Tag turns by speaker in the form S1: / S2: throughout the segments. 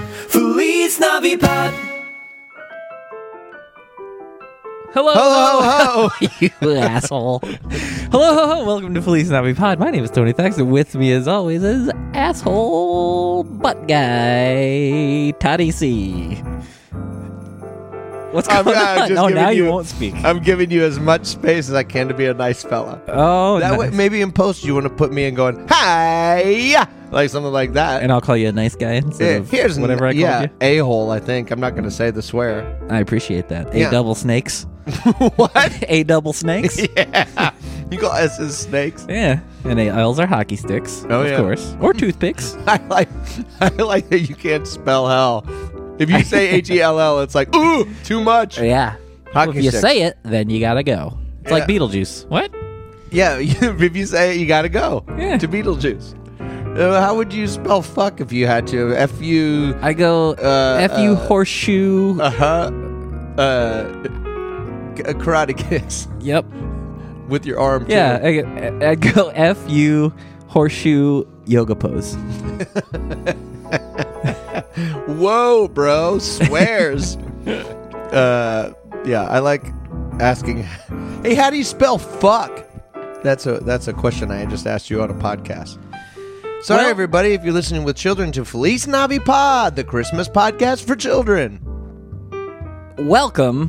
S1: no, you asshole. Hello, ho, ho, welcome to Felice Navi Pod. My name is Tony Thaxton. With me, as always, is asshole butt guy Toddy C. What's
S2: I'm-
S1: going
S2: I'm
S1: on?
S2: just
S1: Oh,
S2: giving
S1: now you,
S2: you-
S1: won't speak.
S2: I'm giving you as much space as I can to be a nice fella.
S1: Oh,
S2: that way,
S1: nice.
S2: maybe in post you want to put me in going, hi, like something like that.
S1: and I'll call you a nice guy instead
S2: Yeah,
S1: of
S2: here's an-
S1: whatever I called
S2: yeah,
S1: you.
S2: a hole. I think I'm not going to say the swear.
S1: I appreciate that. A
S2: Yeah.
S1: double snakes.
S2: what?
S1: A double snakes.
S2: yeah, you call S's snakes.
S1: yeah, and A L's are hockey sticks.
S2: Oh,
S1: of
S2: yeah.
S1: course, or toothpicks.
S2: I like, I like that you can't spell hell. If you say H E L L, it's like ooh, too much.
S1: Yeah.
S2: Hockey
S1: if you
S2: sticks.
S1: say it, then you gotta go. It's like
S2: Yeah.
S1: Beetlejuice. What?
S2: Yeah, if you say it, you gotta go
S1: Yeah.
S2: to Beetlejuice. Uh, how would you spell fuck if you had to? F U.
S1: I go
S2: Uh,
S1: F you
S2: uh,
S1: horseshoe.
S2: Uh huh. Uh, k- karate kicks
S1: yep.
S2: with your arm. too.
S1: Yeah. I go, I go F you horseshoe yoga pose.
S2: Whoa, bro. Swears. uh, yeah. I like asking. Hey, how do you spell fuck? That's a that's a question I just asked you on a podcast. Sorry,
S1: Well-
S2: everybody, if you're listening with children to Feliz Navi Pod, the Christmas podcast for children.
S1: Welcome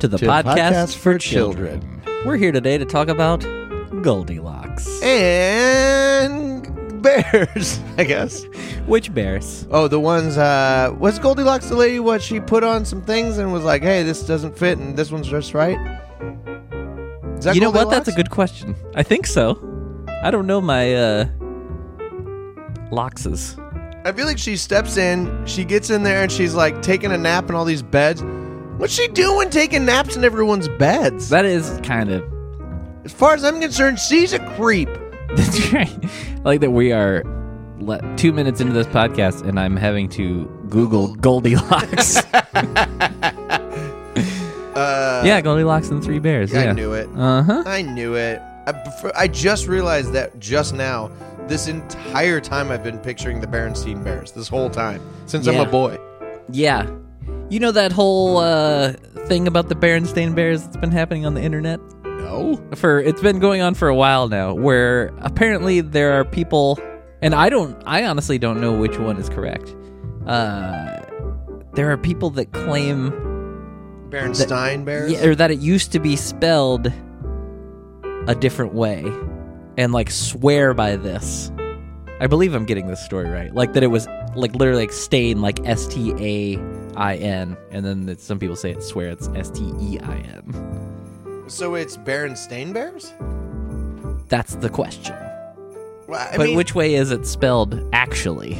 S1: to the
S2: To
S1: podcast,
S2: Podcast
S1: for
S2: for
S1: children.
S2: Children.
S1: We're here today to talk about Goldilocks.
S2: and bears, I guess.
S1: Which bears?
S2: Oh, the ones. Uh, was Goldilocks the lady? What she put on some things and was like, "Hey, this doesn't fit, and this one's just right." Is that
S1: You know what? That's a
S2: Goldilocks?
S1: good question. I think so. I don't know my uh loxes.
S2: I feel like she steps in, she gets in there, and she's like taking a nap in all these beds. What's she doing taking naps in everyone's beds?
S1: That is kind of
S2: as far as I'm concerned, she's a creep.
S1: That's right. I like that we are le- two minutes into this podcast, and I'm having to Google Goldilocks.
S2: Uh,
S1: yeah, Goldilocks and the Three Bears.
S2: I
S1: Yeah.
S2: knew it.
S1: Uh huh.
S2: I knew it. I, prefer- I just realized that just now. This entire time I've been picturing the Berenstain Bears. This whole time since I'm
S1: Yeah.
S2: a boy.
S1: Yeah. You know that whole uh, thing about the Berenstain Bears that's been happening on the internet
S2: No.
S1: for it's been going on for a while now, where apparently there are people, and I don't, I honestly don't know which one is correct. Uh, there are people that claim
S2: Berenstain Bears.
S1: Yeah, or that it used to be spelled a different way and like swear by this. I believe I'm getting this story right. Like that it was like literally like stain like S T A I N and then that some people say it swear it's S T E I N. er-
S2: So it's Berenstain Bears.
S1: That's the question.
S2: Well, I
S1: but
S2: mean,
S1: which way is it spelled actually?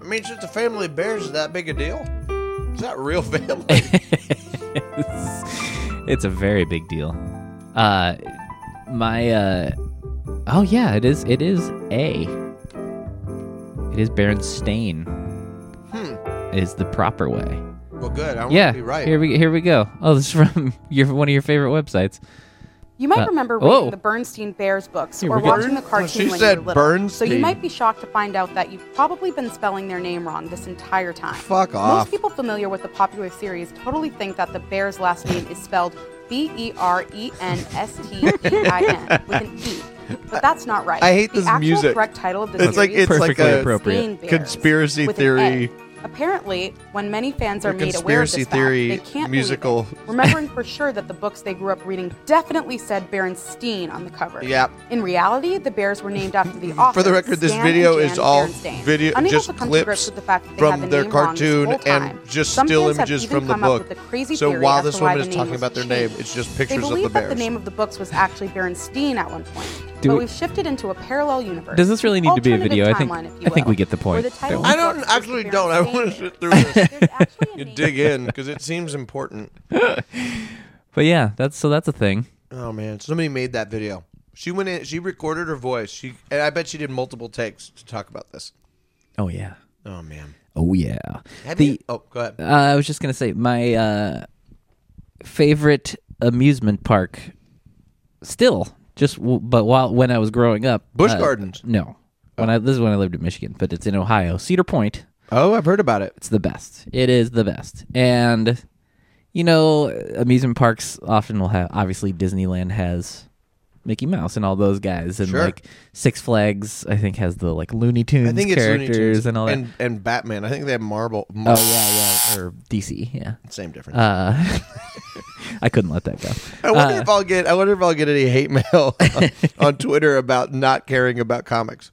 S2: I mean, it's just a family of bears. Is that big a deal? Is that real family?
S1: Eh, it's, it's a very big deal. Uh my uh oh yeah, it is it is A. It is Berenstain. Is the proper way.
S2: well, good. I want
S1: Yeah.
S2: to Hmm. be right.
S1: Here we here we go. Oh, this is from your one of your favorite websites.
S3: You might
S1: Uh,
S3: remember reading
S1: whoa.
S3: the Bernstein Bears books
S1: Here
S3: or
S1: we go.
S3: watching the
S2: Bern-
S3: cartoon
S2: she
S3: when
S2: said
S3: you were little. So
S2: Bernstein.
S3: you might be shocked to find out that you've probably been spelling their name wrong this entire time.
S2: Fuck off.
S3: Most people familiar with the popular series totally think that the Bears' last name is spelled B E R E N S T E I N with an E. But that's not right.
S2: I hate
S3: the
S2: this
S3: actual
S2: music.
S3: correct title of the
S2: It's
S3: series
S2: like- it's
S3: is
S2: like
S1: Perfectly
S2: a
S1: appropriate.
S3: Bernstein Bears
S2: conspiracy
S3: with an
S2: theory.
S3: A. Apparently, when many fans are
S2: The
S3: made aware of
S2: conspiracy
S3: this fact,
S2: theory
S3: they can't believe
S2: musical.
S3: it, remembering for sure that the books they grew up reading definitely said Berenstain on the cover.
S2: Yep.
S3: In reality, the bears were named after the author.
S2: For the record, this
S3: Stan
S2: video
S3: and Jan
S2: is all
S3: Berenstain.
S2: video-
S3: Unable
S2: just
S3: to come to
S2: clips
S3: grips with the fact that they
S2: from
S3: had the
S2: their
S3: name wrong this
S2: cartoon
S3: whole
S2: and
S3: time.
S2: just
S3: Some
S2: still
S3: fans have
S2: images
S3: even
S2: from the
S3: come up
S2: book.
S3: with the crazy
S2: So
S3: theory
S2: while
S3: as to
S2: this
S3: why
S2: woman
S3: the
S2: is
S3: name
S2: talking
S3: was
S2: about their
S3: changed.
S2: name, it's just pictures
S3: They
S2: of the
S3: believe that the
S2: bears.
S3: name of the books was actually Berenstain at one point,
S1: Do
S3: but
S1: we-
S3: we've shifted into a parallel universe.
S1: Does this really need to be a
S3: Alternative
S1: video? I think-
S3: timeline, if
S1: I think
S3: will,
S1: we get the
S3: where
S1: point,
S3: title
S1: don't
S3: of
S2: I
S3: the
S2: don't
S3: book is
S2: actually don't. I want to
S3: Berenstain
S2: sit through this.
S3: Bears. There's actually a
S2: You
S3: name
S2: dig in because it seems important.
S1: But yeah, that's so that's a thing.
S2: Oh man, somebody made that video. She went in. She recorded her voice. She and I bet she did multiple takes to talk about this.
S1: Oh yeah.
S2: Oh man,
S1: Oh yeah.
S2: Have
S1: the
S2: you- oh go ahead.
S1: Uh, I was just gonna say my uh, favorite amusement park, still just w- but while when I was growing up,
S2: Busch
S1: uh,
S2: Gardens.
S1: No, when I this is when I lived in Michigan, but it's in Ohio, Cedar Point.
S2: Oh, I've heard about it.
S1: It's the best. It is the best, and you know, amusement parks often will have. Obviously, Disneyland has Mickey Mouse and all those guys, and
S2: Sure.
S1: like Six Flags, I think has the like Looney Tunes
S2: I think it's Looney
S1: characters
S2: Tunes
S1: and all that.
S2: and and Batman. I think they have Marvel.
S1: oh yeah, yeah, or DC, yeah.
S2: Same difference.
S1: Uh, I couldn't let that go.
S2: I wonder
S1: uh,
S2: if I'll get. I wonder if I'll get any hate mail on Twitter about not caring about comics.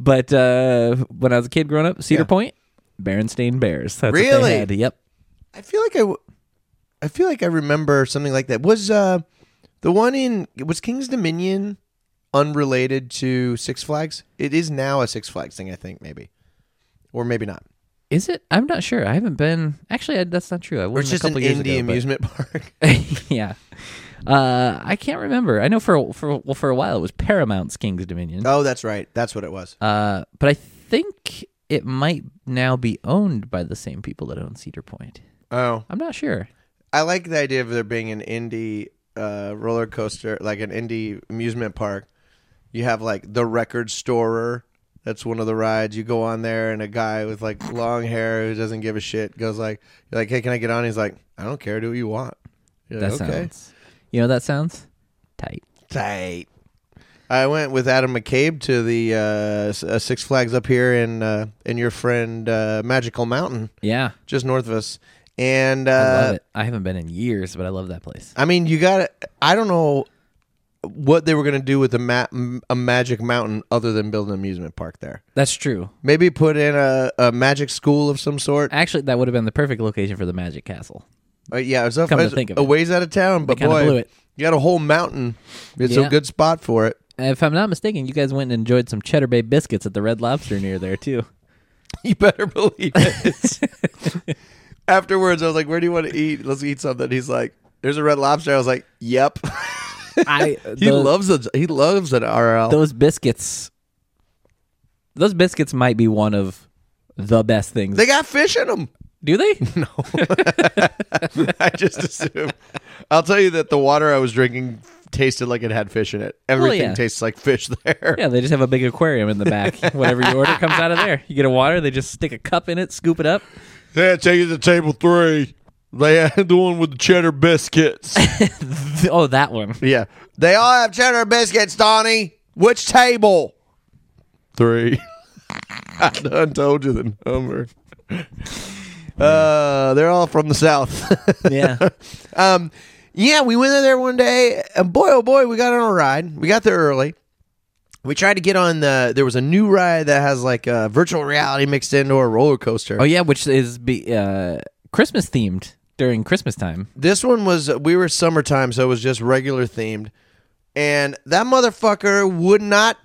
S1: But uh, when I was a kid growing up, Cedar
S2: Yeah.
S1: Point, Berenstain Bears. That's What
S2: Really?
S1: they had. Yep.
S2: I feel like I. w- I feel like I remember something like that. Was uh, the one in was King's Dominion unrelated to Six Flags? It is now a Six Flags thing, I think maybe, or maybe not.
S1: Is it? I'm not sure. I haven't been. Actually, I, that's not true. I
S2: Or
S1: was
S2: it's just
S1: a
S2: an
S1: couple years
S2: indie
S1: ago, but-
S2: amusement park.
S1: yeah. Uh, I can't remember. I know for a- for well for a while it was Paramount's King's Dominion.
S2: oh, that's right. That's what it was.
S1: Uh, but I think it might now be owned by the same people that own Cedar Point.
S2: Oh,
S1: I'm not sure.
S2: I like the idea of there being an indie uh, roller coaster, like an indie amusement park. You have like the record storer. That's one of the rides. You go on there, and a guy with like long hair who doesn't give a shit goes like, "You're like, hey, can I get on?" He's like, "I don't care. Do what you want." You're
S1: That
S2: like, okay.
S1: sounds. You know what that sounds tight.
S2: tight. I went with Adam McCabe to the uh, S- uh, Six Flags up here in uh, in your friend uh, Magical Mountain,
S1: Yeah,
S2: just north of us, and uh,
S1: I love it. I haven't been in years, but I love that place.
S2: I mean, you got to I don't know what they were going to do with a, ma- m- a magic mountain other than build an amusement park there.
S1: That's true.
S2: Maybe put in a, a magic school of some sort.
S1: Actually, that would have been the perfect location for the Magic Castle.
S2: Uh, yeah, it's, up,
S1: Come to
S2: it's
S1: think of
S2: a
S1: it.
S2: ways out of town, but
S1: kinda
S2: boy,
S1: blew it.
S2: you got a whole mountain. It's
S1: Yeah.
S2: a good spot for it.
S1: If I'm not mistaken, you guys went and enjoyed some Cheddar Bay biscuits at the Red Lobster near there too.
S2: You better believe it. Afterwards, I was like, "Where do you want to eat? Let's eat something." He's like, "There's a red lobster." I was like, "Yep."
S1: I
S2: he
S1: those-
S2: loves a, he loves an RL.
S1: those biscuits. Those biscuits might be one of the best things.
S2: they got fish in them.
S1: Do they?
S2: I just assume. I'll tell you that the water I was drinking tasted like it had fish in it. Everything
S1: yeah.
S2: tastes like fish there.
S1: yeah, they just have a big aquarium in the back. Whatever you order comes out of there. You get a water, they just stick a cup in it, scoop it up.
S2: Yeah, take it to table three. They had the one with the cheddar biscuits.
S1: Oh, that one.
S2: yeah. They all have cheddar biscuits, Donnie. Which table? Three. I done told you the number. Uh, they're all from the south.
S1: Yeah.
S2: Um, yeah, we went in there one day, and boy, oh boy, we got on a ride. We got there early. We tried to get on the. There was a new ride that has like uh, virtual reality mixed into a roller coaster.
S1: oh yeah, which is be uh, Christmas themed during Christmas time.
S2: This one was we were summertime, so it was just regular themed, and that motherfucker would not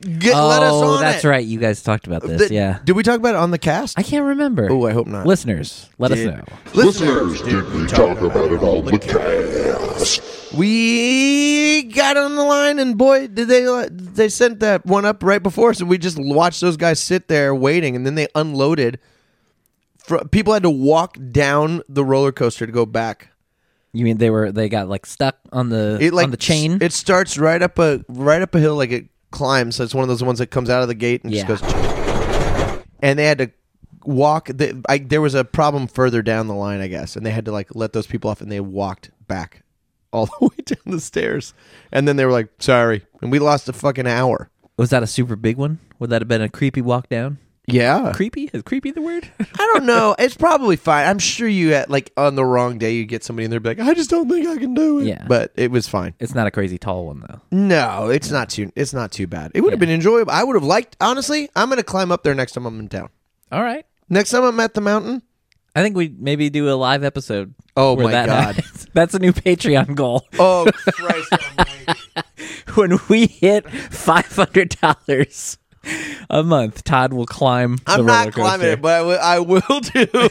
S2: get let us
S1: oh,
S2: on.
S1: that's
S2: it.
S1: right. You guys talked about this.
S2: Th-
S1: yeah.
S2: Did we talk about it on the cast?
S1: I can't remember.
S2: Oh, I hope not.
S1: Listeners, let us know.
S4: Listeners, did we talk about it on the cast?
S2: We got on the line, and boy, did they uh, they sent that one up right before us, and we just watched those guys sit there waiting, and then they unloaded. Fr- People had to walk down the roller coaster to go back.
S1: You mean they were they got like stuck on the
S2: It like
S1: on the chain?
S2: It starts right up a right up a hill, like it climbs. So it's one of those ones that comes out of the gate and
S1: Yeah.
S2: just goes. And they had to walk. They, I, there was a problem further down the line, I guess, and they had to like let those people off, and they walked back all the way down the stairs, and then they were like, "Sorry," and we lost a fucking hour.
S1: was that a super big one? Would that have been a creepy walk down?
S2: Yeah,
S1: Creepy? Is creepy the word?
S2: I don't know. It's probably fine. I'm sure you at like on the wrong day, you get somebody in there be like, "I just don't think I can do it."
S1: Yeah.
S2: but it was fine.
S1: it's not a crazy tall one though.
S2: No, it's not too. It's not too bad. It would have been enjoyable. I would have liked. Honestly, I'm gonna climb up there next time I'm in town.
S1: All right.
S2: Next time I'm at the mountain.
S1: I think we maybe do a live episode.
S2: Oh
S1: where
S2: my
S1: that
S2: God.
S1: happens. That's a new Patreon goal.
S2: Oh Christ!
S1: when we hit five hundred dollars a month, Todd will climb. the
S2: I'm
S1: roller
S2: not
S1: coaster.
S2: climbing it, but I will. I will do.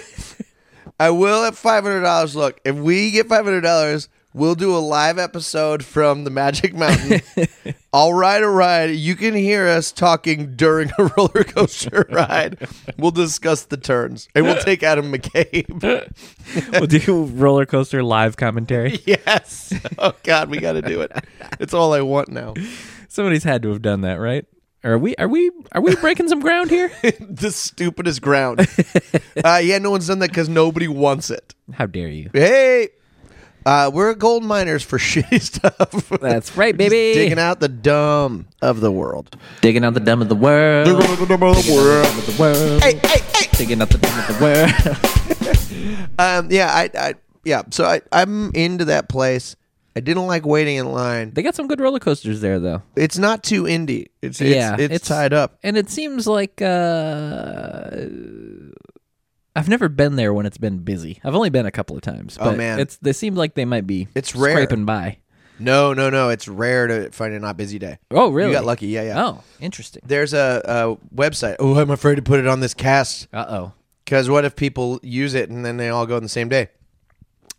S2: I will at five hundred dollars. Look, if we get five hundred dollars, we'll do a live episode from the Magic Mountain. I'll ride a ride. You can hear us talking during a roller coaster ride. We'll discuss the turns, and we'll take Adam McCabe.
S1: we'll do roller coaster live commentary.
S2: Yes. Oh God, we got to do it. It's all I want now.
S1: Somebody's had to have done that, right? Are we are we are we breaking some ground here?
S2: the stupidest ground. uh, yeah, no one's done that because nobody wants it.
S1: How dare you?
S2: Hey, uh, we're gold miners for shitty stuff.
S1: That's right,
S2: Just
S1: baby.
S2: digging out the dumb of the world. Um,
S1: Digging out the dumb of the world. the world.
S2: Hey, hey, hey.
S1: Digging out the dumb of the world.
S2: Um, yeah, I, I, yeah. So I, I'm into that place. I didn't like waiting in line.
S1: they got some good roller coasters there though.
S2: It's not too indie. It's, it's
S1: Yeah,
S2: it's,
S1: it's-
S2: tied up.
S1: And it seems like uh I've never been there when it's been busy. I've only been a couple of times. But
S2: Oh, man.
S1: it's they seem like they might be
S2: It's rare.
S1: scraping by.
S2: No, no, no. It's rare to find a not busy day.
S1: Oh, really?
S2: You got lucky. Yeah, yeah.
S1: Oh, interesting.
S2: There's a, a website. Oh, I'm afraid to put it on this cast
S1: Uh oh.
S2: because what if people use it and then they all go on the same day?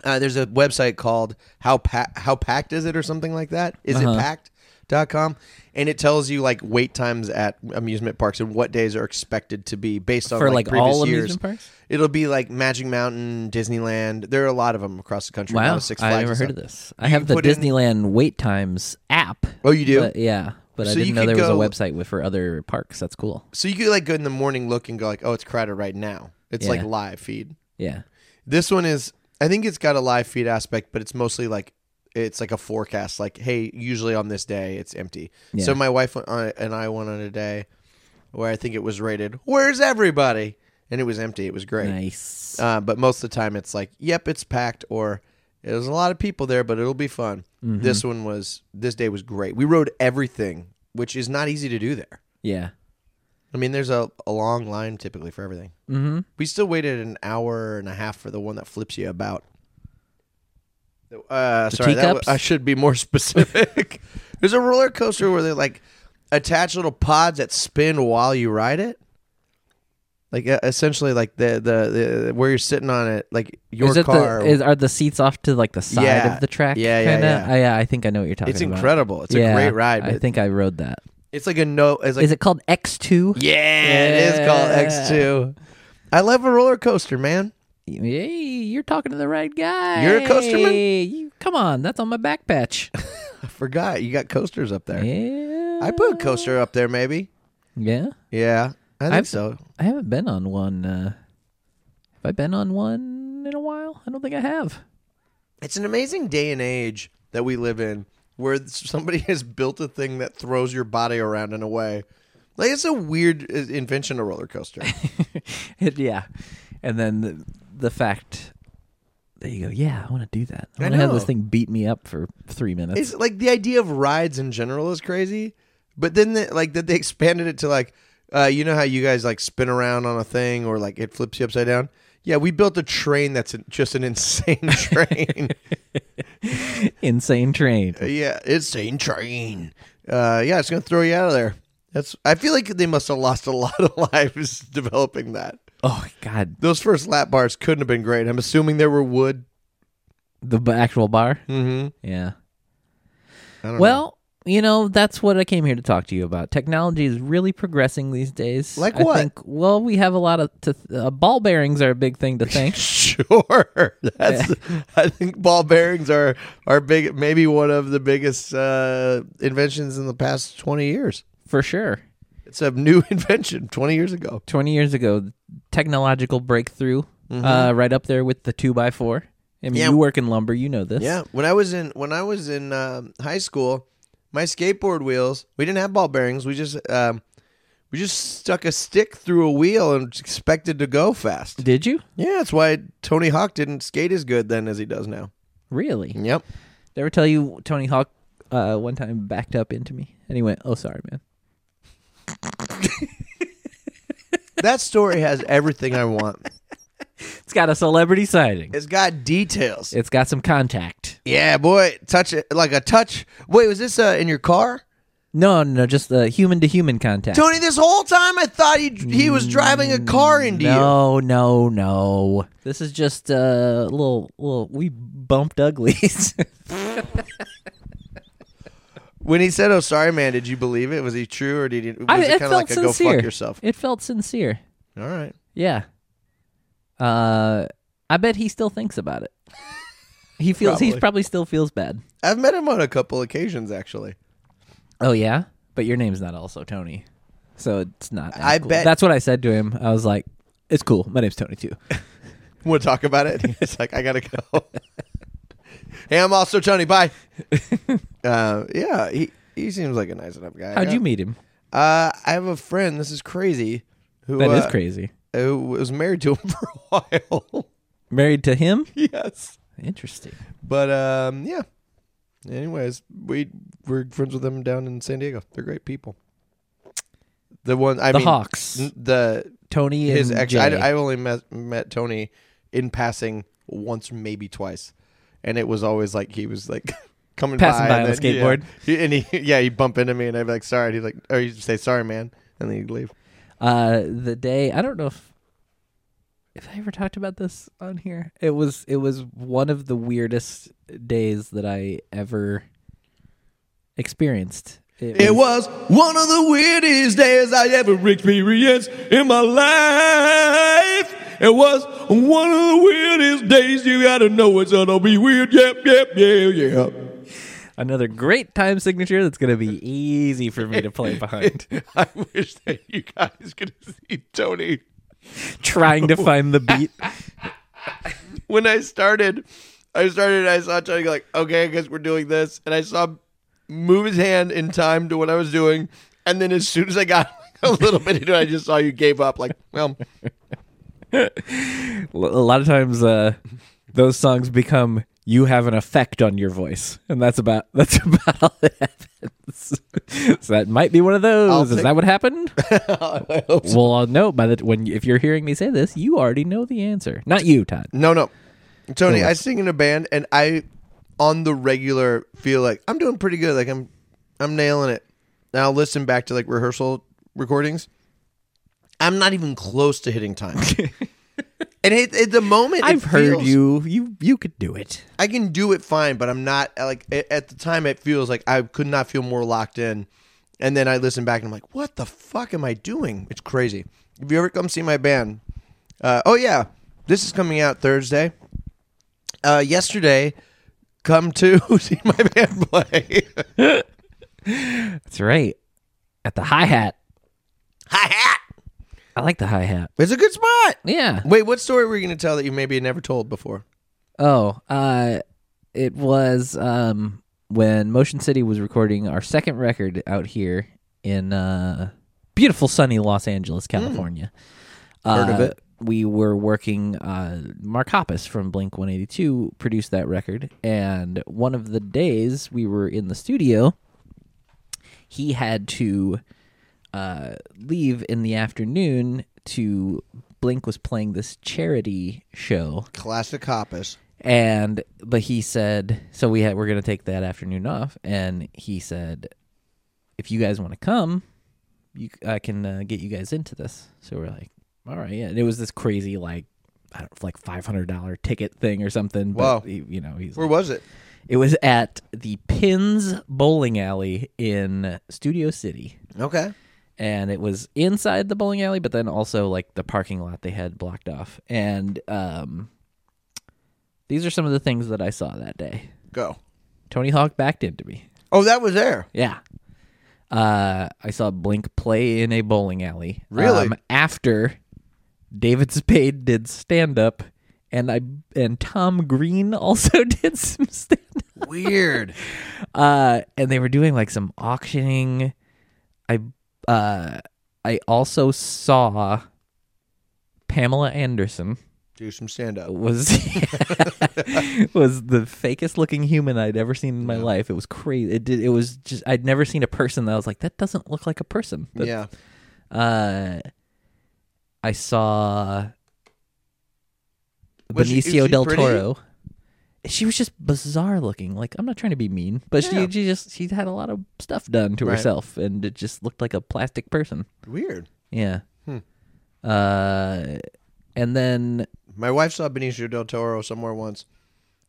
S2: Uh, there's a website called how pa- how packed is it or something like that. Is
S1: Uh-huh.
S2: it packed? Dot com, and it tells you like wait times at amusement parks and what days are expected to be based on
S1: For, like,
S2: previous
S1: all
S2: years.
S1: amusement parks?
S2: It'll be like Magic Mountain, Disneyland. There are a lot of them across the country. A lot
S1: Wow.
S2: of Six Flags
S1: I
S2: and
S1: never
S2: stuff.
S1: heard of this. I have the
S2: put in-
S1: Disneyland wait times app.
S2: Oh, you do?
S1: But- yeah. But I
S2: So you
S1: didn't know
S2: could
S1: there
S2: go-
S1: was a website with for other parks. That's cool.
S2: So you could like go in the morning, look and go like, oh, it's crowded right now. It's
S1: Yeah.
S2: like live feed.
S1: Yeah.
S2: This one is, I think it's got a live feed aspect, but it's mostly like, it's like a forecast. Like, hey, usually on this day it's empty.
S1: Yeah.
S2: So my wife went on, and I went on a day where I think it was rated. Where's everybody? And it was empty. It was great.
S1: Nice.
S2: Uh, but most of the time it's like, yep, it's packed, or there's a lot of people there, but it'll be fun.
S1: Mm-hmm.
S2: This one was, this day was great. We rode everything, which is not easy to do there.
S1: yeah.
S2: I mean, there's a, a long line typically for everything.
S1: Mm-hmm.
S2: We still waited an hour and a half for the one that flips you about. Uh, sorry, that
S1: teacups?
S2: wa- I should be more specific. there's a roller coaster where they like attach little pods that spin while you ride it. Like uh, essentially, like the, the the where you're sitting on it, like your
S1: is it
S2: car.
S1: the is, are the seats off to like the side
S2: Yeah.
S1: of the track?
S2: Yeah, yeah,
S1: kinda?
S2: yeah.
S1: I, yeah. I think I know what you're talking
S2: it's
S1: about.
S2: incredible. It's a
S1: Yeah,
S2: great ride. But
S1: I think I rode that.
S2: it's like a no. It's like
S1: Is it called X two?
S2: yeah, it is called
S1: Yeah.
S2: X two. I love a roller coaster, man.
S1: Hey, you're talking to the right guy.
S2: You're a coasterman?
S1: Hey, You, come on, that's on my back patch.
S2: I forgot you got coasters up there.
S1: yeah.
S2: I put a coaster up there, maybe.
S1: Yeah.
S2: Yeah, I think
S1: I've-
S2: so.
S1: I haven't been on one. Uh, have I been on one in a while? I don't think I have.
S2: It's an amazing day and age that we live in, where somebody has built a thing that throws your body around in a way. Like it's a weird uh, invention, a roller coaster.
S1: It- yeah. And then the, the fact that you go, yeah, I want to do that. I
S2: I
S1: want to have this
S2: know.
S1: thing beat me up for three minutes.
S2: it's like the idea of rides in general is crazy, but then the, like that they expanded it to like, uh, you know how you guys like spin around on a thing or like it flips you upside down. Yeah, we built a train that's an- just an insane train.
S1: Insane train.
S2: Yeah, it's insane train. Uh, yeah, it's gonna throw you out of there. That's. I feel like they must have lost a lot of lives developing that.
S1: Oh God,
S2: Those first lap bars couldn't have been great. I'm assuming there were wood.
S1: the b- actual bar.
S2: Mm-hmm.
S1: Yeah.
S2: I don't know.
S1: Well, you know that's what I came here to talk to you about. Technology is really progressing these days.
S2: Like
S1: I
S2: what?
S1: Think, well, we have a lot of to th- uh, ball bearings are a big thing to think.
S2: sure. That's. I think ball bearings are are big. Maybe one of the biggest uh, inventions in the past 20 years.
S1: for sure.
S2: It's a new invention 20 years ago.
S1: Twenty years ago, technological breakthrough, uh, right up there with the two by four. I mean,
S2: Mm-hmm. Yeah.
S1: you work in lumber, you know this.
S2: Yeah, when I was in when I was in um, high school, my skateboard wheels we didn't have ball bearings. We just um, we just stuck a stick through a wheel and expected to go fast.
S1: Did you
S2: Yeah, that's why Tony Hawk didn't skate as good then as he does now.
S1: really?
S2: Yep.
S1: Did I ever tell you Tony Hawk uh, one time backed up into me and he went, "Oh, sorry, man."
S2: That story has everything I want.
S1: It's got a celebrity sighting.
S2: It's got details.
S1: It's got some contact.
S2: Yeah, boy, touch it like a touch. Wait, was this uh, in your car?
S1: No, no, no, just the human to human contact.
S2: Tony, this whole time I thought he he was driving a car into you.
S1: no, no, no. This is just a uh, little, little. We bumped uglies.
S2: When he said, "Oh, sorry, man," did you believe it? Was he true or did he? Was
S1: I,
S2: it
S1: it
S2: kind of
S1: felt
S2: like a go
S1: sincere.
S2: fuck yourself?
S1: It felt sincere.
S2: All right.
S1: Yeah. Uh, I bet he still thinks about it. He feels. He
S2: Probably.
S1: probably still feels bad.
S2: I've met him on a couple occasions actually.
S1: Oh yeah, but your name's not also Tony, so it's not. as
S2: I
S1: cool.
S2: bet-
S1: that's what I said to him. I was like, "It's cool. My name's Tony too."
S2: We'll talk about it. He's like, I gotta go. hey, I'm also Tony. Bye. uh, yeah, he he seems like a nice enough guy.
S1: How'd
S2: Yeah.
S1: you meet him?
S2: Uh, I have a friend. This is crazy. Who
S1: That is
S2: uh,
S1: crazy.
S2: Who was married to him for a while.
S1: Married to him?
S2: yes.
S1: Interesting.
S2: But um, yeah. Anyways, we we're friends with them down in San Diego. They're great people. The one I
S1: The
S2: mean,
S1: Hawks.
S2: n- The
S1: Tony
S2: his
S1: and
S2: ex.
S1: Jay.
S2: I, I only met met Tony in passing once, maybe twice, and it was always like he was like coming
S1: Passing by
S2: and
S1: on a
S2: then- yeah.
S1: skateboard.
S2: He- and he yeah he'd bump into me and I'd be like sorry, and he'd like or he'd say sorry man, and then he'd leave.
S1: uh, the day I don't know if if I ever talked about this on here. It was it was one of the weirdest days that I ever experienced.
S2: It was one of the weirdest days I ever experienced in my life. It was one of the weirdest days. You gotta know it's gonna be weird. Yep, yep, yeah, yeah.
S1: another great time signature that's going to be easy for me to play behind.
S2: I wish that you guys could see Tony
S1: Trying to find the beat.
S2: when I started, I started, I saw Tony go like, okay, I guess we're doing this. And I saw him move his hand in time to what I was doing. And then as soon as I got a little bit into it, I just saw you gave up. Like, well,
S1: L- A lot of times, uh, those songs become you have an effect on your voice, and that's about that's about all that happens. so that might be one of those.
S2: I'll
S1: Is
S2: take-
S1: that what happened? Well, I'll know by the when if you're hearing me say this, you already know the answer. Not you, Todd.
S2: no, no. Tony,
S1: Yes.
S2: I sing in a band and I, on the regular, feel like I'm doing pretty good. Like, I'm, I'm nailing it. Now I'll listen back to like rehearsal recordings. I'm not even close to hitting time. and it, at the moment, it
S1: I've heard
S2: feels-
S1: you. You you could do it.
S2: I can do it fine, but I'm not like a- at the time it feels like I could not feel more locked in. And then I listen back and I'm like, what the fuck am I doing? It's crazy. If you ever come see my band, uh, oh yeah, this is coming out Thursday. Uh, yesterday, come to see my band play.
S1: That's right. At the hi hat,
S2: Hi hat.
S1: I like the hi hat.
S2: It's a good spot.
S1: Yeah.
S2: Wait, what story were you going to tell that you maybe never told before?
S1: Oh, uh, it was um when Motion City was recording our second record out here in uh beautiful sunny Los Angeles, California.
S2: Hmm. Heard of
S1: Uh,
S2: it.
S1: We were working. Uh, Mark Hoppus from Blink One Eighty Two produced that record, and one of the days we were in the studio, he had to uh, leave in the afternoon to. Blink was playing this charity show
S2: Classic Hoppus.
S1: and but he said, so we had we're gonna take that afternoon off, and he said, if you guys want to come, you I can uh, get you guys into this. So we're like, all right, yeah. And it was this crazy like, I don't like five hundred dollar ticket thing or something.
S2: Wow.
S1: But he, you know, he's
S2: Where
S1: like-
S2: was it?
S1: it was at the Pins Bowling Alley in Studio City
S2: Okay.
S1: and it was inside the bowling alley, but then also like the parking lot they had blocked off. And um, these are some of the things that I saw that day.
S2: Go.
S1: Tony Hawk backed into me.
S2: Oh, that was there.
S1: Yeah. Uh, I saw Blink play in a bowling alley. um,
S2: Really?
S1: after David Spade did stand up, and I and Tom Green also did some stand up
S2: Weird.
S1: uh, and they were doing like some auctioning. I uh, I also saw Pamela Anderson
S2: Do some stand up.
S1: was was the fakest looking human I'd ever seen in my life. It was crazy. It did. It was just I'd never seen a person that I was like that doesn't look like a person. That-
S2: Yeah.
S1: Uh, I saw
S2: Was she- is
S1: Benicio
S2: she
S1: del
S2: pretty?
S1: Toro. She was just bizarre looking. Like I'm not trying to be mean, but
S2: Yeah.
S1: she, she just she had a lot of stuff done to
S2: Right.
S1: herself, and it just looked like a plastic person.
S2: Weird.
S1: Yeah.
S2: Hmm.
S1: Uh, and then
S2: My wife saw Benicio del Toro somewhere once,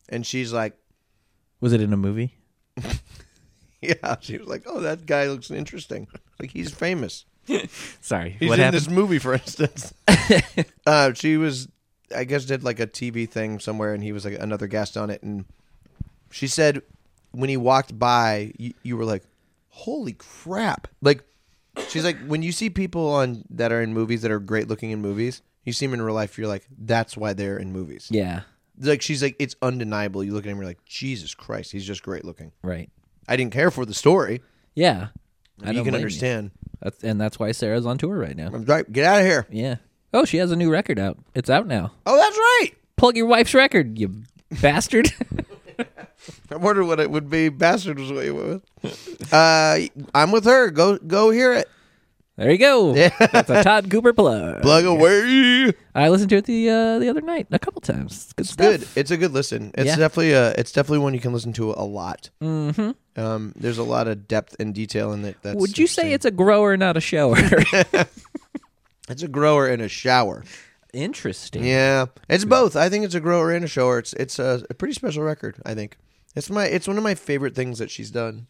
S2: and she's like,
S1: was it in a movie?
S2: "Yeah," she was like, "Oh, that guy looks interesting. Like he's famous.
S1: Sorry,
S2: He's
S1: what
S2: in
S1: happened?
S2: this movie, for instance." uh, she was, I guess, did like a TV thing somewhere, and he was like another guest on it, and she said, when he walked by, you, you were like, holy crap. Like, she's like, when you see people on that are in movies that are great looking in movies, you see them in real life, you're like, that's why they're in movies.
S1: Yeah.
S2: Like, she's like, it's undeniable. You look at him, you're like, Jesus Christ, he's just great looking.
S1: Right.
S2: I didn't care for the story.
S1: Yeah. I
S2: but
S1: don't
S2: you can
S1: blame
S2: understand.
S1: That's, and that's why Sarah's on tour right now.
S2: I'm right. Get out of here.
S1: Yeah. Oh, she has a new record out. It's out now.
S2: Oh, that's right.
S1: Plug your wife's record, you bastard.
S2: I wonder what it would be. Bastard was what you went with. Uh, I'm with her. Go, go hear it.
S1: there you go. That's a Todd Cooper plug.
S2: Plug away.
S1: I listened to it the uh, the other night a couple times. It's good stuff.
S2: Good. It's a good listen. It's
S1: Yeah.
S2: definitely a. It's definitely one you can listen to a lot. Mm-hmm. Um, there's a lot of depth and detail in it. That's
S1: Would you say it's a grower, not a shower?
S2: It's a grower and a shower.
S1: Interesting.
S2: Yeah, it's both. I think it's a grower and a shower. It's it's a, a pretty special record. I think it's my it's one of my favorite things that she's done.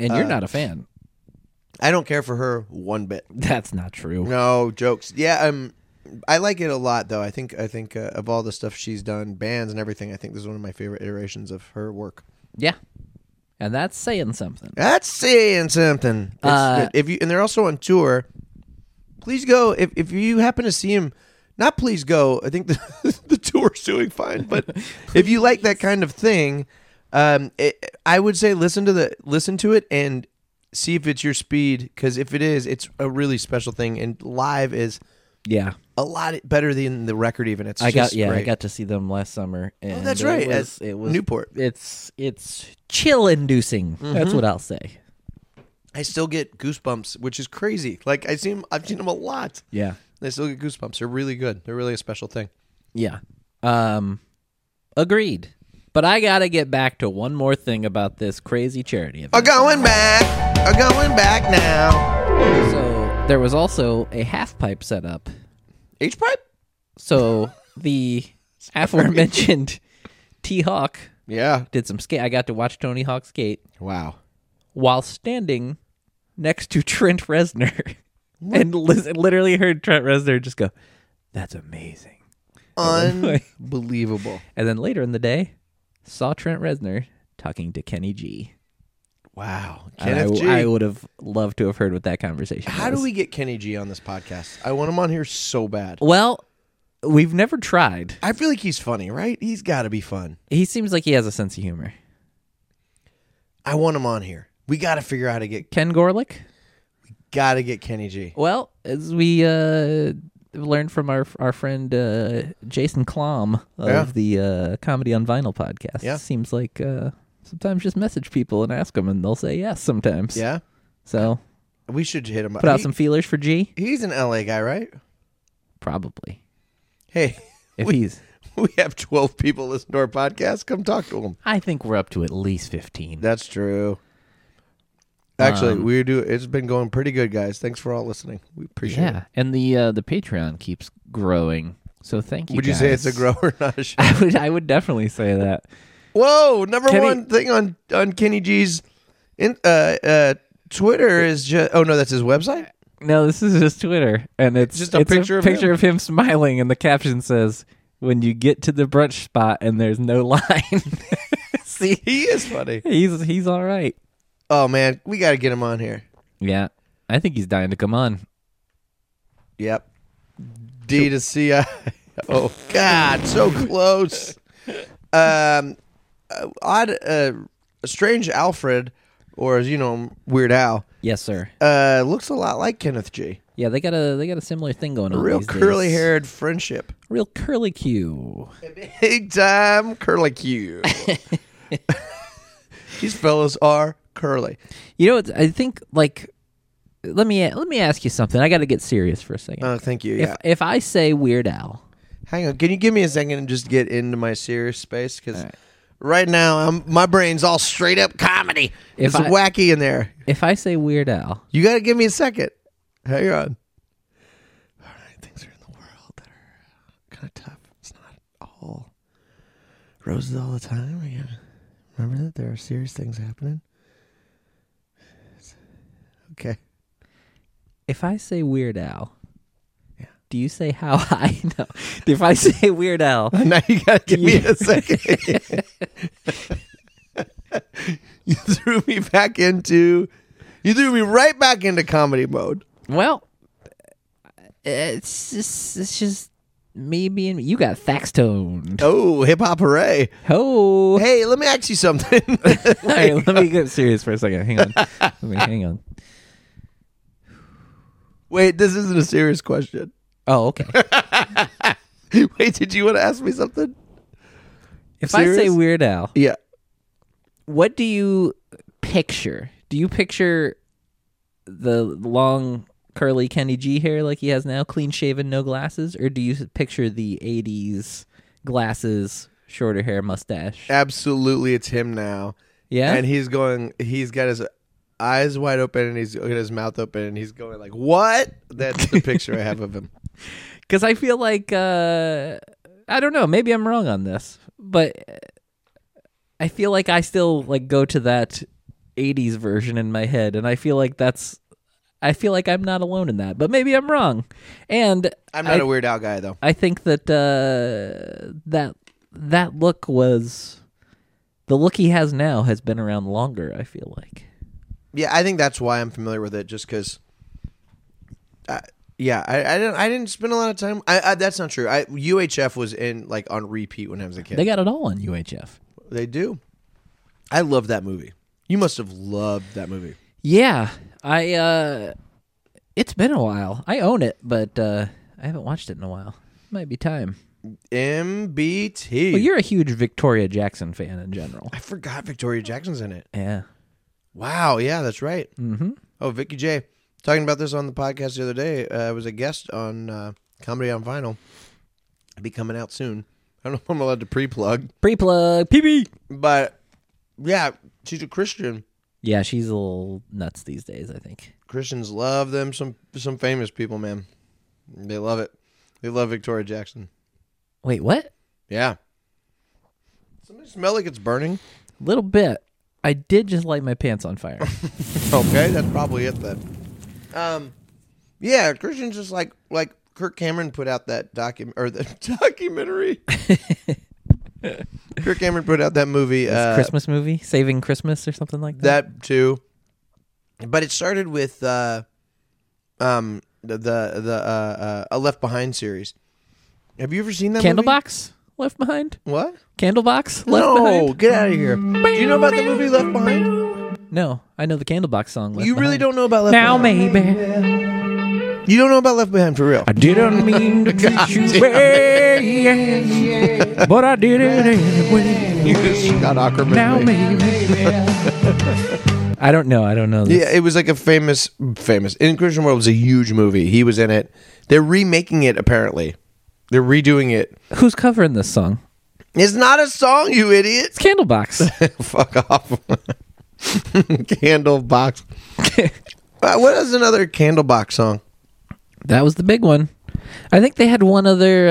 S1: And
S2: uh,
S1: you're not a fan.
S2: I don't care for her one bit.
S1: That's not true.
S2: No jokes. Yeah, um, I like it a lot though. I think I think uh, of all the stuff she's done, bands and everything. I think this is one of my favorite iterations of her work.
S1: Yeah. And that's saying something.
S2: That's saying something. It's-
S1: Uh,
S2: if you and they're also on tour, please go. If if you happen to see him, not please go. I think the the tour's doing fine. But if you like that kind of thing, um, it, I would say listen to the listen to it and see if it's your speed. Because if it is, it's a really special thing. And live is
S1: Yeah.
S2: a lot better than the record. Even it's
S1: I got
S2: just
S1: yeah, I
S2: great. Oh,
S1: got to see them last summer. And
S2: that's
S1: it
S2: right, at
S1: Was, it was
S2: Newport. Mm-hmm.
S1: It's it's chill inducing. That's what I'll say.
S2: I still get goosebumps, which is crazy. Like I see him, I've seen him a lot.
S1: Yeah.
S2: They still get goosebumps. They're really good. They're really a special thing.
S1: Yeah. Um agreed. But I gotta get back to one more thing about this crazy charity event.
S2: A going back. A going back now.
S1: So there was also a half pipe set up.
S2: H pipe?
S1: So the aforementioned T Hawk
S2: Yeah.
S1: did some skate. I got to watch Tony Hawk skate
S2: Wow.
S1: while standing next to Trent Reznor, and lis- literally heard Trent Reznor just go, "That's amazing."
S2: Unbelievable.
S1: And then later in the day, saw Trent Reznor talking to Kenny G.
S2: Wow.
S1: And I,
S2: Kenneth G.
S1: would have loved to have heard what that conversation.
S2: How do
S1: was.
S2: we get Kenny G on this podcast? I want him on here so bad.
S1: Well, we've never tried.
S2: I feel like he's funny, right? He's got to be fun.
S1: He seems like he has a sense of humor.
S2: I want him on here. We got to figure out how to get
S1: Ken Gorlick.
S2: got to get Kenny G.
S1: Well, as we uh, learned from our our friend uh, Jason Klom of
S2: Yeah.
S1: the uh, Comedy on Vinyl podcast,
S2: Yeah.
S1: seems like uh, sometimes just message people and ask them, and they'll say yes sometimes.
S2: Yeah.
S1: So
S2: We should hit him up.
S1: put out
S2: He-
S1: some feelers for G,
S2: He's an LA guy, right?
S1: probably.
S2: Hey,
S1: If
S2: we,
S1: he's,
S2: we have 12 people listen to our podcast. Come talk to them.
S1: I think we're up to at least fifteen.
S2: That's true. Actually,
S1: Um,
S2: we do. It's been going pretty good, guys. Thanks for all listening. We appreciate it.
S1: yeah, and the uh, the Patreon keeps growing. So thank you.
S2: Would you say it's a
S1: guys.
S2: grower, not a show?
S1: I would I would definitely say that.
S2: Whoa! Number
S1: Kenny-
S2: one thing on on Kenny G's in, uh, uh, Twitter is just. Oh no, that's his website.
S1: No, this is just Twitter, and it's
S2: Just a
S1: it's
S2: picture
S1: a
S2: of
S1: picture of him smiling, and the caption says, "When you get to the brunch spot and there's no line." See,
S2: He is funny.
S1: he's he's all right.
S2: Oh man, we got to get him on here.
S1: Yeah, I think he's dying to come on.
S2: Yep. D to C I. Oh God, so close. Um, uh, odd, uh, strange Alfred, or as you know, him, Weird Al,
S1: Yes, sir.
S2: uh, looks a lot like Kenneth G.
S1: Yeah, they got a they got a similar thing going on.
S2: Real
S1: these days.
S2: curly haired friendship.
S1: real curly Q.
S2: Big time curly Q. These fellows are curly.
S1: You know, it's, I think like let me let me ask you something. I got to get serious for a second.
S2: Oh, thank you.
S1: if
S2: Yeah.
S1: if I say Weird Al,
S2: Hang on. Can you give me a second and just get into my serious space? Because right. now, I'm, my brain's all straight up comedy.
S1: If
S2: it's
S1: I-
S2: wacky in there.
S1: if I say Weird Al,
S2: You got to give me a second. Hang on. All right, things are in the world that are kind of tough. It's not all roses all the time. We gotta remember that there are serious things happening. Okay.
S1: if I say Weird Al, do you say how high? No. If I say Weird Al,
S2: Now you gotta give me
S1: Yeah.
S2: a second. you threw me back into You threw me right back into comedy mode.
S1: Well, it's just it's just me being you got fax toned.
S2: Oh, hip hop hooray.
S1: Oh,
S2: Hey, let me ask you something.
S1: All right, let me get serious for a second. Hang on, Let me- hang on.
S2: Wait, this isn't a serious question.
S1: Oh, okay.
S2: Wait, did you want to ask me something?
S1: If I say
S2: Serious?
S1: Weird Al,
S2: Yeah.
S1: what do you picture? Do you picture the long curly Kenny G hair like he has now, clean shaven, no glasses, or do you picture the '80s glasses, shorter hair, mustache?
S2: Absolutely, it's him now.
S1: Yeah,
S2: And he's going, he's got his eyes wide open and he's got his mouth open and he's going like, what? That's the picture I have of him.
S1: because I feel like uh, I don't know. Maybe I'm wrong on this, but uh, I feel like I still like go to that '80s version in my head, and I feel like that's. I feel like I'm not alone in that, but maybe I'm wrong. And
S2: I'm not
S1: I-
S2: a Weird Al guy, though.
S1: I think that uh, that that look was the look he has now has been around longer. I feel like.
S2: Yeah, I think that's why I'm familiar with it, just because. Yeah, I, I didn't. I didn't spend a lot of time. I, I, that's not true. I UHF was in like on repeat when I was a kid.
S1: They got it all on UHF.
S2: They do. I love that movie. You must have loved that movie.
S1: Yeah, I. uh It's been a while. I own it, but uh I haven't watched it in a while. Might be time.
S2: MBT.
S1: Well, you're a huge Victoria Jackson fan in general.
S2: I forgot Victoria Jackson's in it.
S1: Yeah.
S2: Wow. Yeah, that's right. Mm-hmm. Oh, Vicky J. Talking about this on the podcast the other day. Uh, I was a guest on uh, Comedy on Vinyl. It'll be coming out soon. I don't know if I'm allowed to pre-plug,
S1: Pre-plug PB.
S2: but yeah, she's a Christian.
S1: Yeah, she's a little nuts these days. I think.
S2: Christians love them. Some some famous people, man. They love it. They love Victoria Jackson.
S1: Wait, what?
S2: Yeah. Somebody smell like it's burning.
S1: little bit. I did just light my pants on fire.
S2: Okay, that's probably it then. Um, yeah, Christian's just like like Kirk Cameron put out that docu or the documentary. Kirk Cameron put out that movie. Uh,
S1: Christmas movie, Saving Christmas or something like that.
S2: that too, but it started with uh, um the the, the uh, uh, a Left Behind series. Have you ever seen that movie?
S1: Candlebox Left Behind.
S2: What?
S1: Candlebox Left
S2: no,
S1: Behind.
S2: get out of here. Do you know about the movie Left Behind?
S1: No, I know the Candlebox song. Left
S2: You really
S1: Behind.
S2: don't know about Left
S1: Now
S2: Behind.
S1: maybe
S2: You don't know about Left Behind for real.
S1: I didn't mean to treat you bad, but I did it anyway.
S2: You Scott Ackerman.
S1: Now
S2: thing.
S1: maybe. I don't know. I don't know. This.
S2: Yeah, it was like a famous, famous. In Christian World was a huge movie. He was in it. They're remaking it apparently. They're redoing it.
S1: Who's covering this song?
S2: It's not a song, you idiot.
S1: It's Candlebox.
S2: Fuck off. candle box. Uh, what is another candle box song?
S1: that was the big one. I think they had one other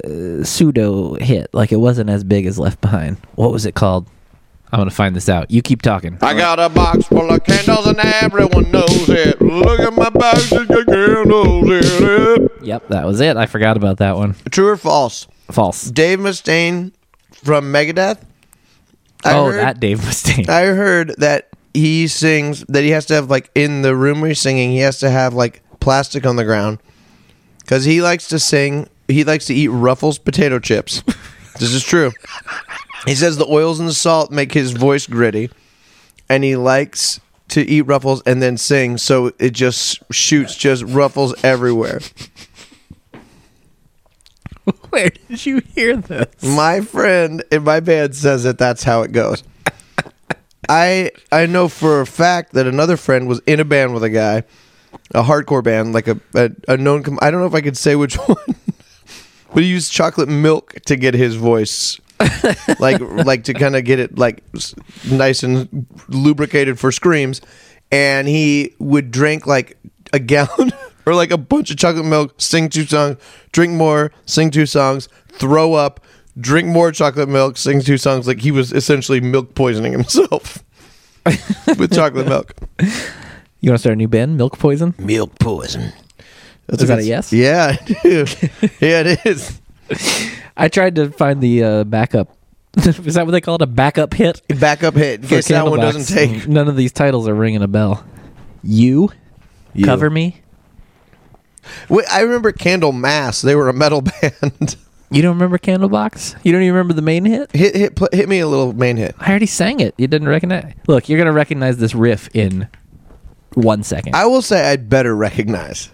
S1: uh, pseudo hit. Like it wasn't as big as Left Behind. What was it called? I'm gonna find this out. You keep talking.
S2: I got a box full of candles and everyone knows it. Look at my box, it's got candles in it.
S1: Yep, that was it. I forgot about that one.
S2: True or false?
S1: False.
S2: Dave Mustaine from Megadeth. I
S1: oh,
S2: heard-
S1: that Dave Mustaine.
S2: I heard that he sings that he has to have like in the room where he's singing, he has to have like plastic on the ground because he likes to sing. He likes to eat Ruffles potato chips. this is true. He says the oils and the salt make his voice gritty, and he likes to eat Ruffles and then sing, so it just shoots just Ruffles everywhere.
S1: Where did you hear this?
S2: My friend in my band says that that's how it goes. I I know for a fact that another friend was in a band with a guy, a hardcore band, like a a, a known. Com- I don't know if I could say which one, but he used chocolate milk to get his voice, like like to kind of get it like s- nice and lubricated for screams, and he would drink like a gallon. Or like a bunch of chocolate milk, sing two songs, drink more, sing two songs, throw up, drink more chocolate milk, sing two songs. Like he was essentially milk poisoning himself with chocolate milk.
S1: You want to start a new band? Milk Poison?
S2: Milk poison. That's
S1: Is that
S2: good-
S1: a yes?
S2: Yeah, dude. yeah, it is.
S1: I tried to find the uh, backup. Is that what they call it? A backup hit?
S2: Backup hit in
S1: for
S2: case that one
S1: Candlebox.
S2: doesn't take.
S1: None of these titles are ringing a bell. You,
S2: You.
S1: cover me.
S2: Wait, I remember Candle Mass. They were a metal band.
S1: You don't remember Candlebox? You don't even remember the main hit?
S2: hit hit pl- hit me a little main hit.
S1: I already sang it. You didn't recognize. Look, you're gonna recognize this riff in one second.
S2: I will say I'd better recognize.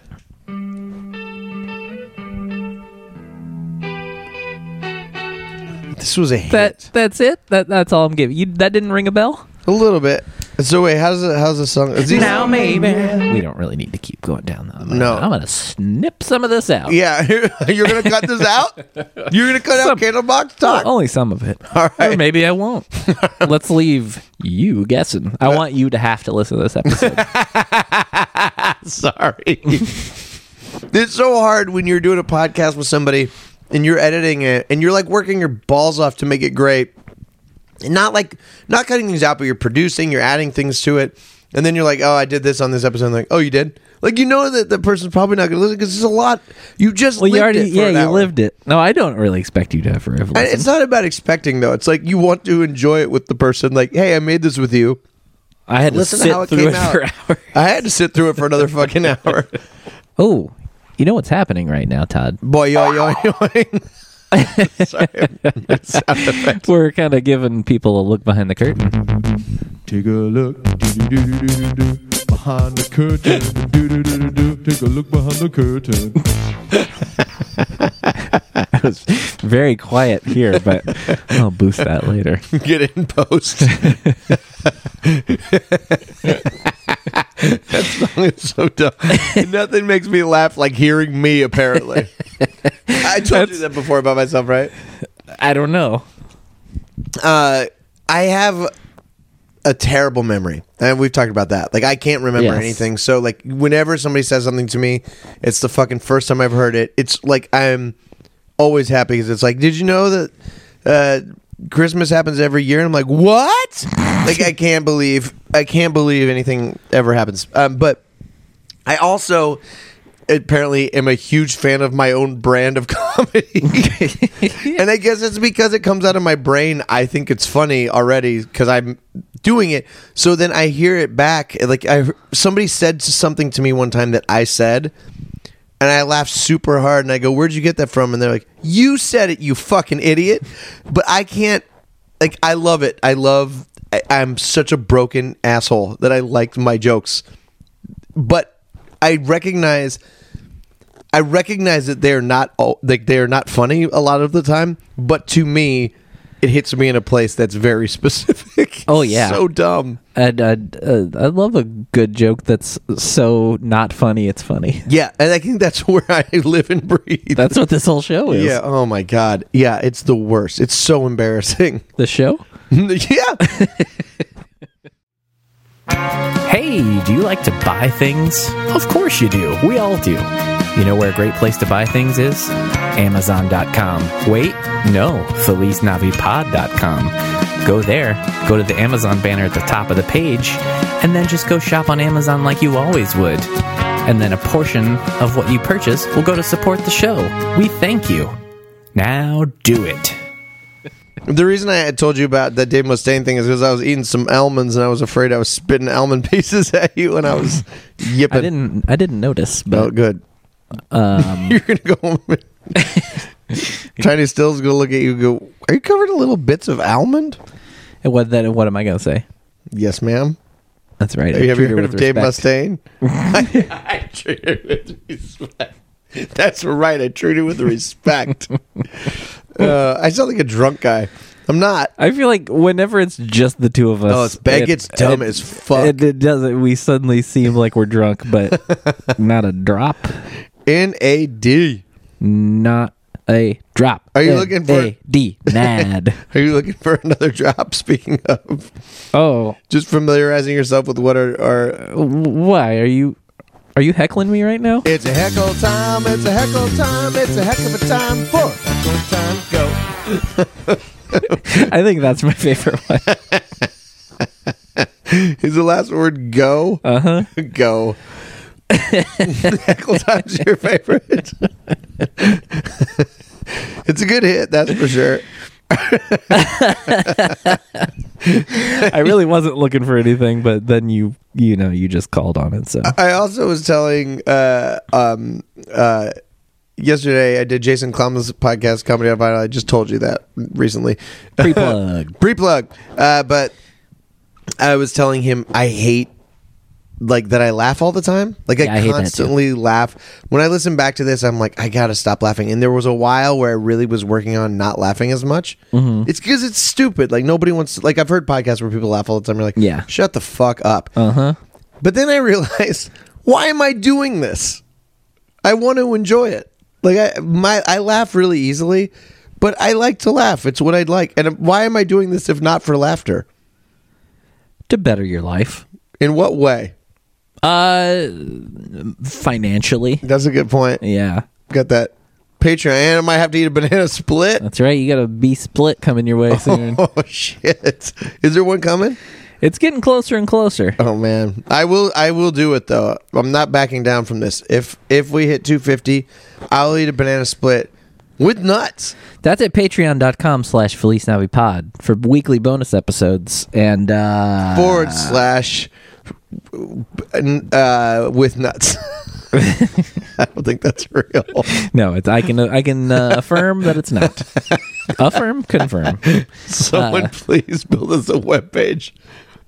S2: This was a hit.
S1: that that's it. That that's all I'm giving you. That didn't ring a bell.
S2: a little bit. So wait, how's the, how's the song? Is these-
S1: maybe we don't really need to keep going down. that. I'm gonna-
S2: No.
S1: I'm gonna snip some of this out.
S2: Yeah, you're gonna cut this out. You're gonna cut
S1: Some- Oh,
S2: out Candlebox
S1: Well,
S2: Talk.
S1: only some of it.
S2: All
S1: Or
S2: right.
S1: maybe I won't. Let's leave you guessing.
S2: Uh,
S1: I want you to have to listen to this episode.
S2: Sorry. it's so hard when you're doing a podcast with somebody and you're editing it and you're like working your balls off to make it great. And not like not cutting things out, but you're producing, you're adding things to it. And then you're like, oh, I did this on this episode. And like, oh, you did? Like, you know that the person's probably not going to listen because it's a lot. You just
S1: well, you
S2: lived
S1: already
S2: it for
S1: yeah,
S2: an
S1: you
S2: hour.
S1: lived it. No, I don't really expect you to have forever.
S2: And it's
S1: listened.
S2: not about expecting though. It's like you want to enjoy it with the person. Like, hey, I made this with you.
S1: I had to
S2: Listen
S1: sit
S2: to how it
S1: through
S2: came
S1: it
S2: out.
S1: for hours.
S2: I had to sit through it for another fucking hour.
S1: Oh, you know what's happening right now, Todd?
S2: Boy, yo, yo, yo. Sorry. Sound effect.
S1: We're kind of giving people a look behind the curtain.
S5: Take a look do-do-do-do-do-do, behind the curtain. Do-do-do-do-do, Take a look behind the curtain.
S1: It was very quiet here, but I'll boost that later.
S2: Get in post. that song is so dumb. Nothing makes me laugh like hearing me, apparently. I told you that before about myself, right?
S1: I don't know.
S2: Uh, I have a terrible memory. And we've talked about that. Like, I can't remember
S1: Yes.
S2: anything. So, like, whenever somebody says something to me, it's the fucking first time I've heard it. It's like I'm always happy because it's like, did you know that uh, Christmas happens every year? And I'm like, what? like, I can't believe, I can't believe anything ever happens. Um, but I also apparently am a huge fan of my own brand of comedy. and I guess it's because it comes out of my brain. I think it's funny already because I'm doing it. So then I hear it back. Like I somebody said something to me one time that I said and I laughed super hard and I go, "Where'd you get that from?" and they're like, "You said it, you fucking idiot." But I can't like I love it. I love I, I'm such a broken asshole that I liked my jokes but I recognize I recognize that they're not all, like they're not funny a lot of the time, but to me it hits me in a place that's very specific.
S1: Oh, yeah.
S2: So dumb.
S1: And uh, uh, I love a good joke that's so not funny it's funny.
S2: Yeah, and I think that's where I live and breathe.
S1: That's what this whole show is.
S2: yeah, oh my god. Yeah, it's the worst. It's so embarrassing.
S1: The show?
S2: yeah.
S6: Hey, do you like to buy things? Of course you do. We all do. You know where a great place to buy things is? Amazon.com. Wait, no, FelizNaviPod.com. Go there, go to the Amazon banner at the top of the page, and then just go shop on Amazon like you always would. And then a portion of what you purchase will go to support the show. We thank you. Now do it.
S2: The reason I had told you about that Dave Mustaine thing is because I was eating some almonds and I was afraid I was spitting almond pieces at you and I was yipping.
S1: I didn't. Um, I didn't notice,
S2: Oh,
S1: but
S2: good. You're gonna go home. and- Chinese stills gonna look at you. and Go. Are you covered in little bits of almond? Oh.
S1: And what? Then what am I gonna say?
S2: Yes, ma'am.
S1: That's right.
S2: Have you ever
S1: Treat her
S2: heard of
S1: with
S2: Dave
S1: respect.
S2: Mustaine? I treat her with respect. That's right. I treat her with respect. uh, I sound like a drunk guy. I'm not.
S1: I feel like whenever it's just the two of us,
S2: Oh, it's bad. It's dumb as fuck.
S1: It, it doesn't. We suddenly seem like we're drunk, but not a drop.
S2: N A D.
S1: Not a drop.
S2: Are you looking for-
S1: a d nad?
S2: Are you looking for another drop? Speaking of,
S1: oh,
S2: just familiarizing yourself with what are, are
S1: why are you? Are you heckling me right now?
S2: It's a heckle time, it's a heckle time, it's a heck of a time for heckle time go.
S1: I think that's my favorite one.
S2: Is the last word go?
S1: Uh-huh.
S2: Uh huh. Go. heckle time's your favorite. it's a good hit, that's for sure.
S1: I really wasn't looking for anything, but then you you know you just called on it. So
S2: I also was telling uh, um, uh, yesterday I did Jason Klum's podcast Comedy on Vinyl. I just told you that recently.
S1: Pre-plug.
S2: Pre-plug. Uh, but I was telling him I hate like that I laugh all the time. Like
S1: Yeah, I
S2: I
S1: hate that too.
S2: constantly laugh. When I listen back to this, I'm like, I gotta stop laughing. And there was a while where I really was working on not laughing as much.
S1: Mm-hmm.
S2: It's because it's stupid. Like nobody wants. like I've heard podcasts where people laugh all the time. You're like,
S1: Yeah. Uh-huh.
S2: shut the fuck up. Uh huh. But then I realized, why am I doing this? I want to enjoy it. Like I my I laugh really easily, but I like to laugh. It's what I'd like. And why am I doing this if not for laughter?
S1: to better your life,
S2: In what way?
S1: uh, financially,
S2: That's a good point.
S1: yeah,
S2: Got that Patreon. And I might have to eat a banana split.
S1: that's right. You got a B split coming your way soon.
S2: Oh shit! Is there one coming?
S1: it's getting closer and closer.
S2: Oh man, I will. I will do it though. I'm not backing down from this. If if we hit 250, I'll eat a banana split with nuts.
S1: That's at patreon.com slash Felice Navi Pod for weekly bonus episodes and uh
S2: forward slash uh, with nuts. I don't think that's real.
S1: no, it's I can I can uh, affirm that it's not. affirm, confirm. Ah.
S2: Someone please build us a webpage.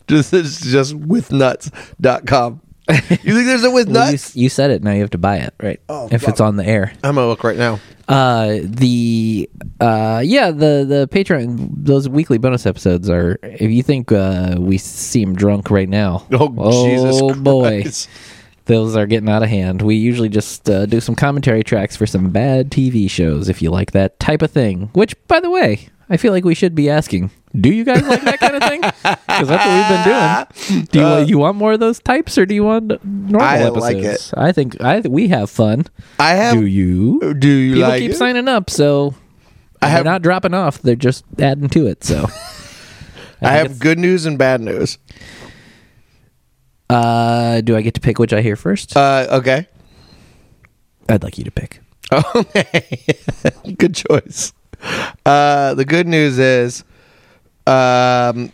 S2: Just it's just withnuts.com. You think there's a with
S1: Well, you,
S2: nuts?
S1: you said it, now you have to buy it, right?
S2: Oh,
S1: if
S2: God.
S1: it's on the air.
S2: I'm gonna look right now.
S1: uh the uh yeah the the patreon those weekly bonus episodes are if you think uh we seem drunk right now
S2: Oh, Jesus Christ.
S1: boy those are getting out of hand we usually just uh, do some commentary tracks for some bad tv shows if you like that type of thing which by the way i feel like we should be asking do you guys like that kind of thing because that's what we've been doing do you, you want more of those types or do you want normal
S2: Uh, I
S1: episodes
S2: like
S1: i think i we have fun
S2: I have.
S1: do you
S2: do you
S1: people
S2: like
S1: keep
S2: it?
S1: signing up, so
S2: I
S1: they're
S2: have-
S1: not dropping off. They're just adding to it. So
S2: I
S1: think
S2: have good news and bad news.
S1: uh, do I get to pick which I hear first?
S2: Uh, okay.
S1: I'd like you to pick.
S2: Okay. good choice. Uh, the good news is um,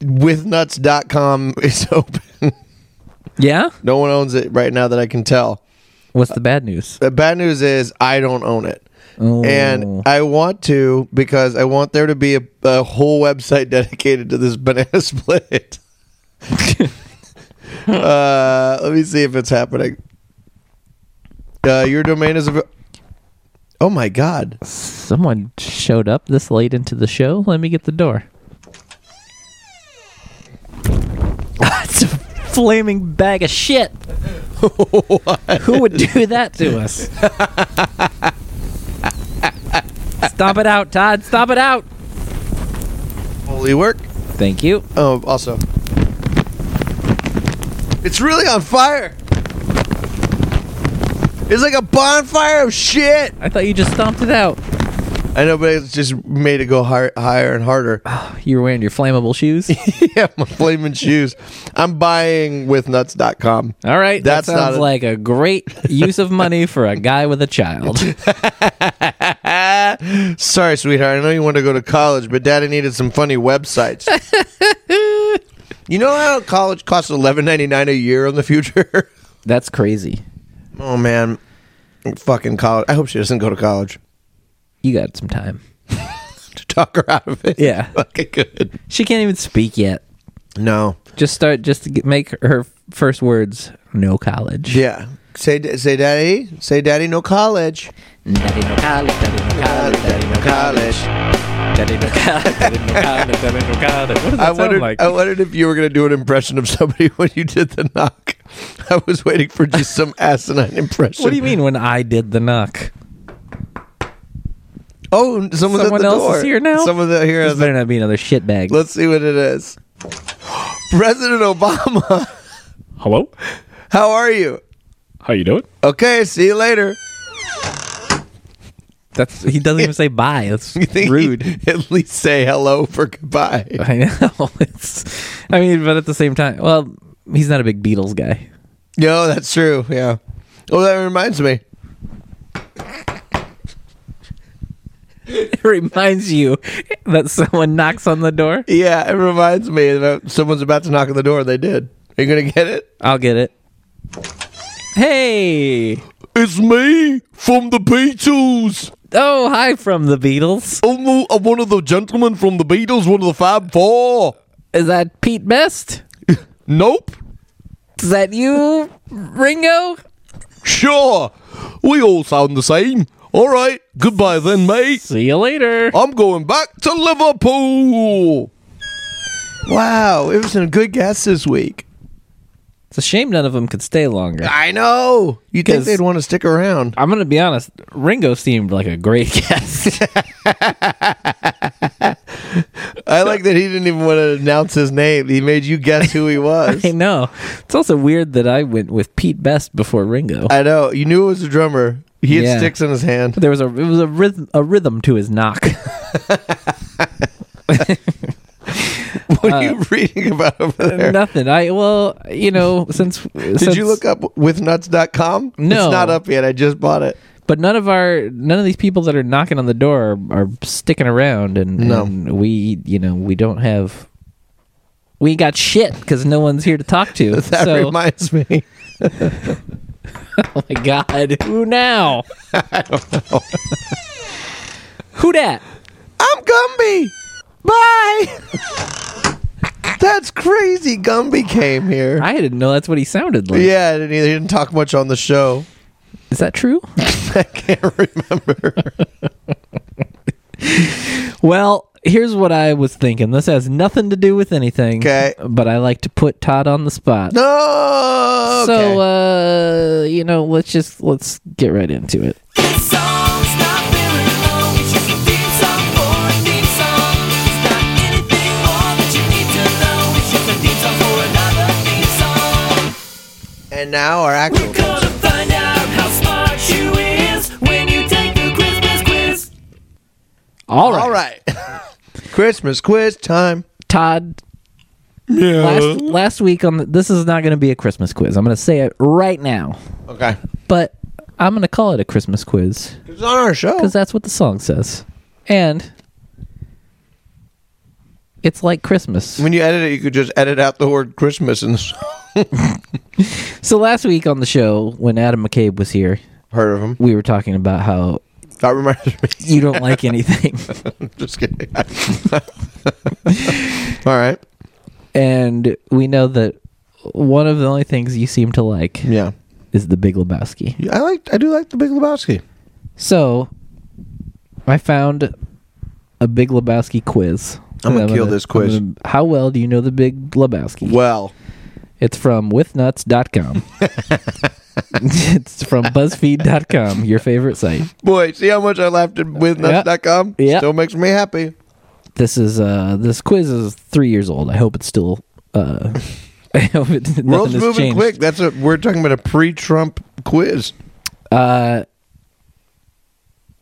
S2: withnuts.com is open.
S1: Yeah.
S2: no one owns it right now that I can tell.
S1: What's the bad news?
S2: The bad news is I don't own it.
S1: Oh.
S2: And I want to because I want there to be a, a whole website dedicated to this banana split. uh, let me see if it's happening. Uh, your domain is. Av- oh my god!
S1: someone showed up this late into the show. Let me get the door. it's a flaming bag of shit. Who would do that to us? Stop it out, Todd. Stop it out.
S2: Holy work!
S1: Thank you.
S2: Oh, also, it's really on fire. It's like a bonfire of shit.
S1: I thought you just stomped it out.
S2: I know, but it's just made it go hi- higher and harder.
S1: You were wearing your flammable shoes.
S2: yeah, my flaming shoes. I'm buying with nuts.com.
S1: All right, that
S2: That's not
S1: sounds
S2: a-
S1: like a great use of money for a guy with a child.
S2: Sorry, sweetheart. I know you want to go to college, but daddy needed some funny websites. you know how college costs eleven ninety nine a year in the future?
S1: That's crazy.
S2: oh man. Fucking college. I hope she doesn't go to college.
S1: You got some time.
S2: To talk her out of it.
S1: Yeah,
S2: Fucking good.
S1: she can't even speak yet.
S2: No.
S1: Just start. Just to get, make her first words. No college.
S2: Yeah. Say say daddy. Say daddy no college.
S1: Daddy, no college. Daddy, no college.
S2: Daddy
S1: Daddy,
S2: no college.
S1: no college. Daddy, no college. Daddy, no college. What does that
S2: I
S1: sound
S2: wondered,
S1: like?
S7: Oh.
S2: I wondered if you were going to do an impression of somebody when you did the knock. I was waiting for just some asinine impression.
S1: what do you mean when I did the knock?
S2: Oh, someone's at
S1: Someone
S2: the
S1: else
S2: door.
S1: is here now?
S2: Someone's out here.
S1: This better not be another shitbag.
S2: Let's see what it is. President Obama,
S7: Hello?
S2: how are you?
S7: How you doing?
S2: Okay, see you later.
S1: That's he doesn't even say bye. That's
S2: You think
S1: rude.
S2: he'd At least say hello for goodbye.
S1: I know. It's, I mean, but at the same time, well, he's not a big Beatles guy.
S2: No, that's true. Yeah. Oh, that reminds me.
S1: It reminds you that someone knocks on the door.
S2: Yeah, it reminds me that someone's about to knock on the door. They did. Are you gonna get it?
S1: I'll get it. Hey!
S2: It's me from the Beatles.
S1: Oh, hi from the Beatles.
S2: I'm, I'm one of the gentlemen from the Beatles, one of the Fab Four.
S1: Is that Pete Best?
S2: Nope.
S1: Is that you, Ringo?
S2: Sure. We all sound the same. All right. Goodbye then, mate.
S1: See you later.
S2: I'm going back to Liverpool. Wow, it was a good guess this week.
S1: It's a shame none of them could stay longer.
S2: I know. You think
S1: 'Cause-
S2: they'd want to stick around?
S1: I'm gonna be honest. Ringo seemed like a great guest.
S2: I like that he didn't even want to announce his name. He made you guess who he was.
S1: I know. It's also weird that I went with Pete Best before Ringo.
S2: I know. You knew it was a drummer. He had
S1: Yeah.
S2: sticks in his hand.
S1: there was a it was a rhythm a rhythm to his knock.
S2: What are you reading about over there?
S1: Nothing. I well, you know, since
S2: Did you look up withnuts.com?
S1: No.
S2: It's not up yet. I just bought it.
S1: But none of our none of these people that are knocking on the door are, are sticking around, and,
S2: No.
S1: and we you know we don't have we ain't got shit because no one's here to talk to.
S2: That
S1: so,
S2: reminds me.
S1: oh my god, who now? who that?
S2: I'm Gumby. Bye. That's crazy. Gumby came here.
S1: I didn't know that's what he sounded like.
S2: yeah, I didn't, he didn't talk much on the show.
S1: Is that true?
S2: I can't remember.
S1: Well, here's what I was thinking. This has nothing to do with anything.
S2: Okay.
S1: But I like to put Todd on the spot.
S2: No.
S1: So
S2: okay.
S1: uh you know, let's just let's get right into it.
S2: and now our actual.
S1: All right.
S2: All right. Christmas quiz time.
S1: Todd
S8: Yeah.
S1: last last week on the, this is not going to be a Christmas quiz. I'm going to say it right now.
S2: Okay.
S1: But I'm going to call it a Christmas quiz
S2: It's on our show.
S1: cuz that's what the song says. And it's like Christmas.
S2: When you edit it, you could just edit out the word Christmas and
S1: So last week on the show when Adam McCabe was here,
S2: heard of him.
S1: we were talking about how
S2: That reminds me.
S1: you don't like anything.
S2: Just kidding. All right.
S1: and we know that one of the only things you seem to like
S2: Yeah.
S1: is the Big Lebowski.
S2: I like. I do like the Big Lebowski.
S1: So I found a Big Lebowski quiz.
S2: I'm gonna
S1: And
S2: kill this
S1: I'm
S2: quiz.
S1: gonna- how well do you know the Big Lebowski?
S2: Well,
S1: It's from withnuts.com. it's from buzzfeed.com, your favorite site.
S2: boy, see how much I laughed at with
S1: Yeah.
S2: nuts.com?
S1: Yeah.
S2: Still makes me happy.
S1: This is uh this quiz is 3 years old. I hope it's still uh I hope it, nothing
S2: World's
S1: has
S2: moving
S1: changed.
S2: quick. That's a we're talking about a pre-Trump quiz.
S1: Uh,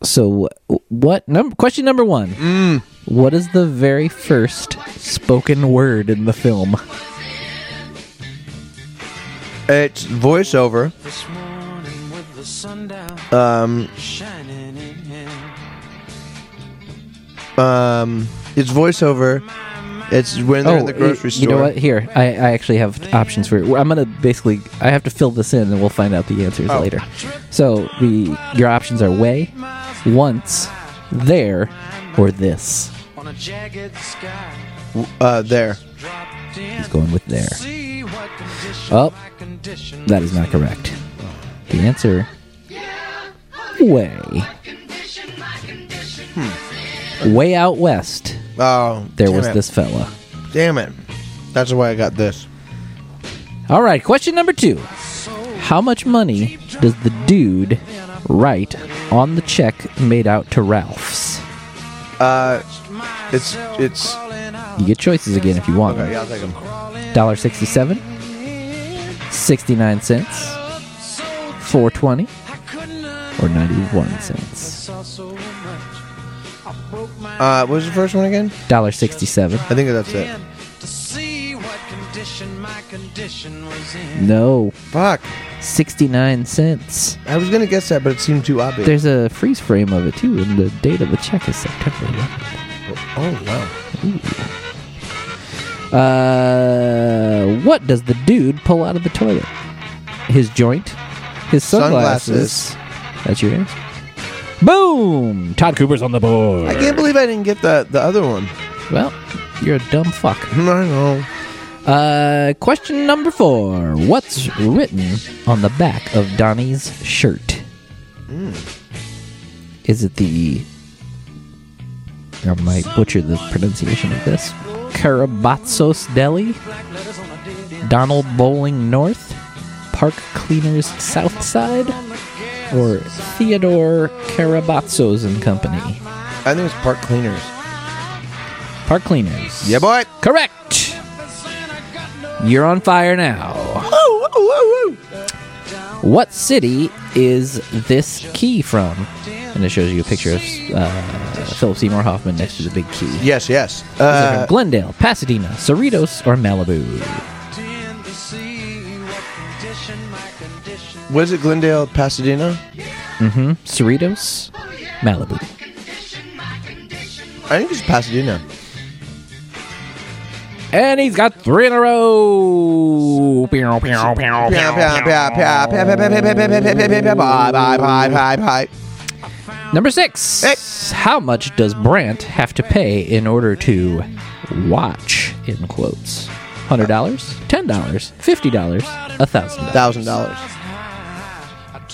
S1: so wh- what? Num- question number one.
S2: Mm.
S1: What is the very first spoken word in the film?
S2: It's voiceover. Um, um, it's voiceover. It's when they're in the grocery
S1: Oh, y-
S2: store.
S1: You know what? Here, I, I actually have options for you. I'm gonna basically I have to fill this in, and we'll find out the answers
S2: Oh.
S1: later. So the your options are way, once, there, or this.
S2: Uh, there.
S1: He's going with there. Oh, that is not correct. The answer way. Way out west,
S2: Oh,
S1: there
S2: Hmm. damn
S1: was
S2: it.
S1: this fella.
S2: Damn it! That's why I got this.
S1: All right, question number two. How much money does the dude write on the check made out to Ralph's?
S2: Uh, it's it's.
S1: You get choices again if you want.
S2: Okay, yeah, I'll take 'em.
S1: dollar sixty seven, sixty nine cents, four twenty, or ninety one cents.
S2: Uh, what was the first one again?
S1: Dollar sixty seven,
S2: I think that's it.
S9: position my condition was in.
S1: No,
S2: Fuck.
S1: 69 cents.
S2: I was gonna guess that, but it seemed too obvious.
S1: There's a freeze frame of it too, and the date of the check is September 11th.
S2: oh wow.
S1: Uh, what does the dude pull out of the toilet? His joint, his sunglasses. That's your answer. Boom! Todd Cooper's on the board.
S2: I can't believe I didn't get the the other one.
S1: Well, you're a dumb fuck.
S2: I know.
S1: Uh, question number four. What's written on the back of Donnie's shirt? Is it the. I might butcher the pronunciation of this. Karabatsos Deli? Donald Bowling North? Park Cleaners South Side? Or Theodore Karabatsos and Company?
S2: I think it's Park Cleaners.
S1: Park Cleaners.
S2: Yeah, boy.
S1: Correct. You're on fire now.
S2: Woo, woo, woo, woo.
S1: What city is this key from? And it shows you a picture of uh, Philip Seymour Hoffman next to the big key. Is
S2: Yes, yes.
S1: it
S2: Uh,
S1: from Glendale, Pasadena, Cerritos, or Malibu?
S2: was it Glendale, Pasadena?
S1: hmm Cerritos, Malibu.
S2: I think it's Pasadena.
S1: And he's got three in a row. Pew, pew, pew.
S2: Pew, pew, pew, pew, pew, pew, pew, pew, pew, pew, pew, pew, pew, pew. Bye, bye, bye, bye, bye.
S1: Number six. How much does Brandt have to pay in order to watch? In quotes. Hundred dollars, ten dollars, fifty dollars, a thousand dollars.
S2: Thousand dollars.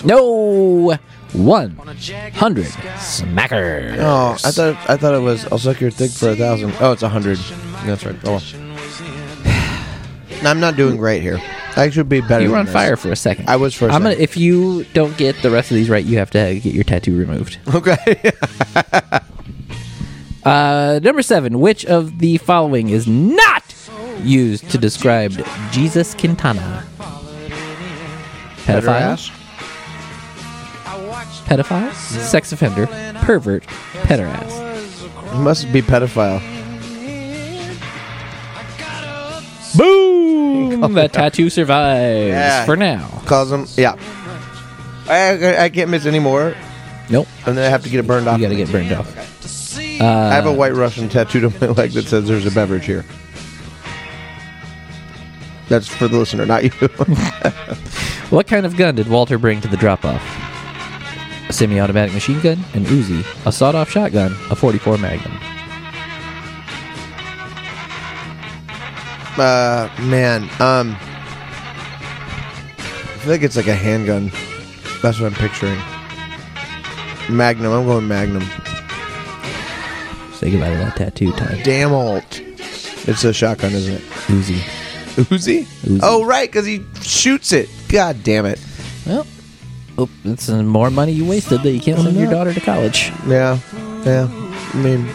S1: No, one hundred smackers.
S2: Oh, I thought I thought it was. I'll suck your dick for a thousand. Oh, it's a hundred. That's right. Oh. well. No, I'm not doing great here. I should be better.
S1: you were
S2: than
S1: on
S2: this.
S1: fire for a second.
S2: I was for a
S1: I'm gonna.
S2: second.
S1: If you don't get the rest of these right, you have to get your tattoo removed.
S2: Okay.
S1: Uh, number seven. Which of the following is not used to describe Jesus Quintana? Pedophile, pedophile, sex offender, pervert, pederast.
S2: It must be pedophile.
S1: Boom! the tattoo survives
S2: Oh, Yeah.
S1: for now.
S2: Cause him. Yeah. I, I, I can't miss any more,
S1: Nope.
S2: and then I have to get it burned off.
S1: You gotta get burned off.
S2: I have a white Russian tattooed on my leg that says "There's a beverage here." That's for the listener, not you.
S1: What kind of gun did Walter bring to the drop off? A semi automatic machine gun, an Uzi, a sawed off shotgun, a 44 Magnum.
S2: uh, man. Um, I feel like it's like a handgun. That's what I'm picturing. Magnum. I'm going Magnum.
S1: Say goodbye to that tattoo, Todd.
S2: Damn alt. It's a shotgun, isn't it?
S1: Uzi.
S2: Uzi. Oh right, because he shoots it. God damn it.
S1: Well, oh, that's uh, more money you wasted that you can't send your daughter to college.
S2: Yeah. Yeah. I mean,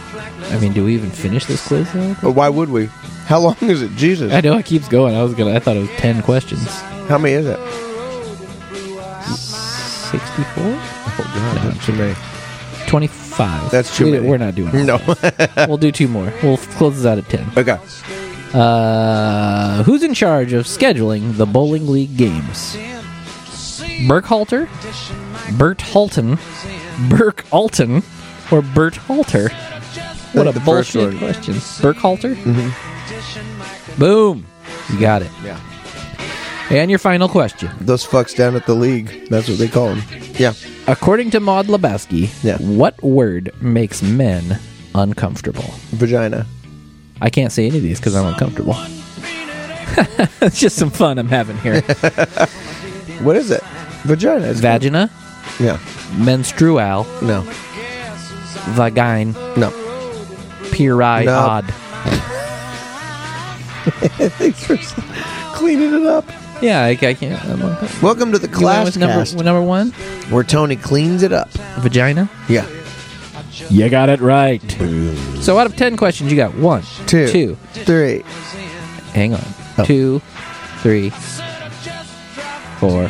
S1: I mean, do we even finish this quiz? though?
S2: but why would we? How long is it? Jesus.
S1: I know it keeps going. I was gonna. I thought it was ten questions.
S2: How many is it?
S1: Sixty-four.
S2: Oh God, that's too many.
S1: 25.
S2: That's too
S1: we,
S2: many.
S1: We're not doing it.
S2: No.
S1: We'll do two more. We'll f- close this out at 10.
S2: okay.
S1: Uh, who's in charge of scheduling the bowling league games? Burkhalter, Bert Halton, Burke Alton, or Bert Halter? What a
S2: Like the first
S1: bullshit
S2: one. Mm-hmm.
S1: question. Burkhalter? Boom. You got it.
S2: Yeah.
S1: And your final question.
S2: Those fucks down at the league. That's what they call them. Yeah.
S1: According to Maud Lebowski,
S2: Yeah.
S1: what word makes men uncomfortable?
S2: Vagina.
S1: I can't say any of these because I'm uncomfortable. it's just some fun I'm having here.
S2: What is it? Vagina. It's
S1: Vagina,
S2: Yeah.
S1: menstrual,
S2: No.
S1: vagine,
S2: No.
S1: period.
S2: No.
S1: odd.
S2: Thanks for s- cleaning it up.
S1: Yeah, I, I can't. I'm uncomfortable.
S2: Welcome to the
S1: You went
S2: class
S1: with number,
S2: cast,
S1: with number one,
S2: where Tony cleans it up.
S1: vagina.
S2: Yeah.
S7: You got it right.
S1: So out of ten questions, you got one,
S2: Two.
S1: two.
S2: Three.
S1: Hang on,
S2: Oh.
S1: two, three, four,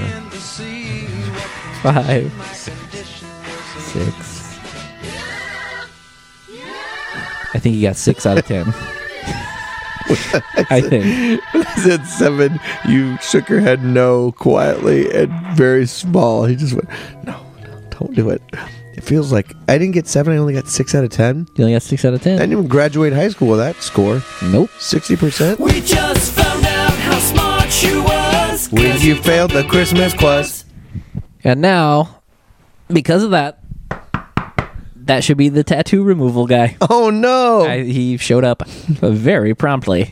S1: five, six. I think you got six out of ten. I think.
S2: I said seven. You shook your head no quietly and very small. He just went, no, no, don't do it. It feels like I didn't get seven. I only got six out of ten.
S1: You only got six out of
S2: I
S1: ten.
S2: didn't even graduate high school with that score.
S1: Nope.
S2: Sixty percent.
S10: We just found out how smart she was.
S2: When you failed the Christmas quiz.
S1: And now, because of that, that should be the tattoo removal guy.
S2: Oh no!
S1: I, he showed up very promptly.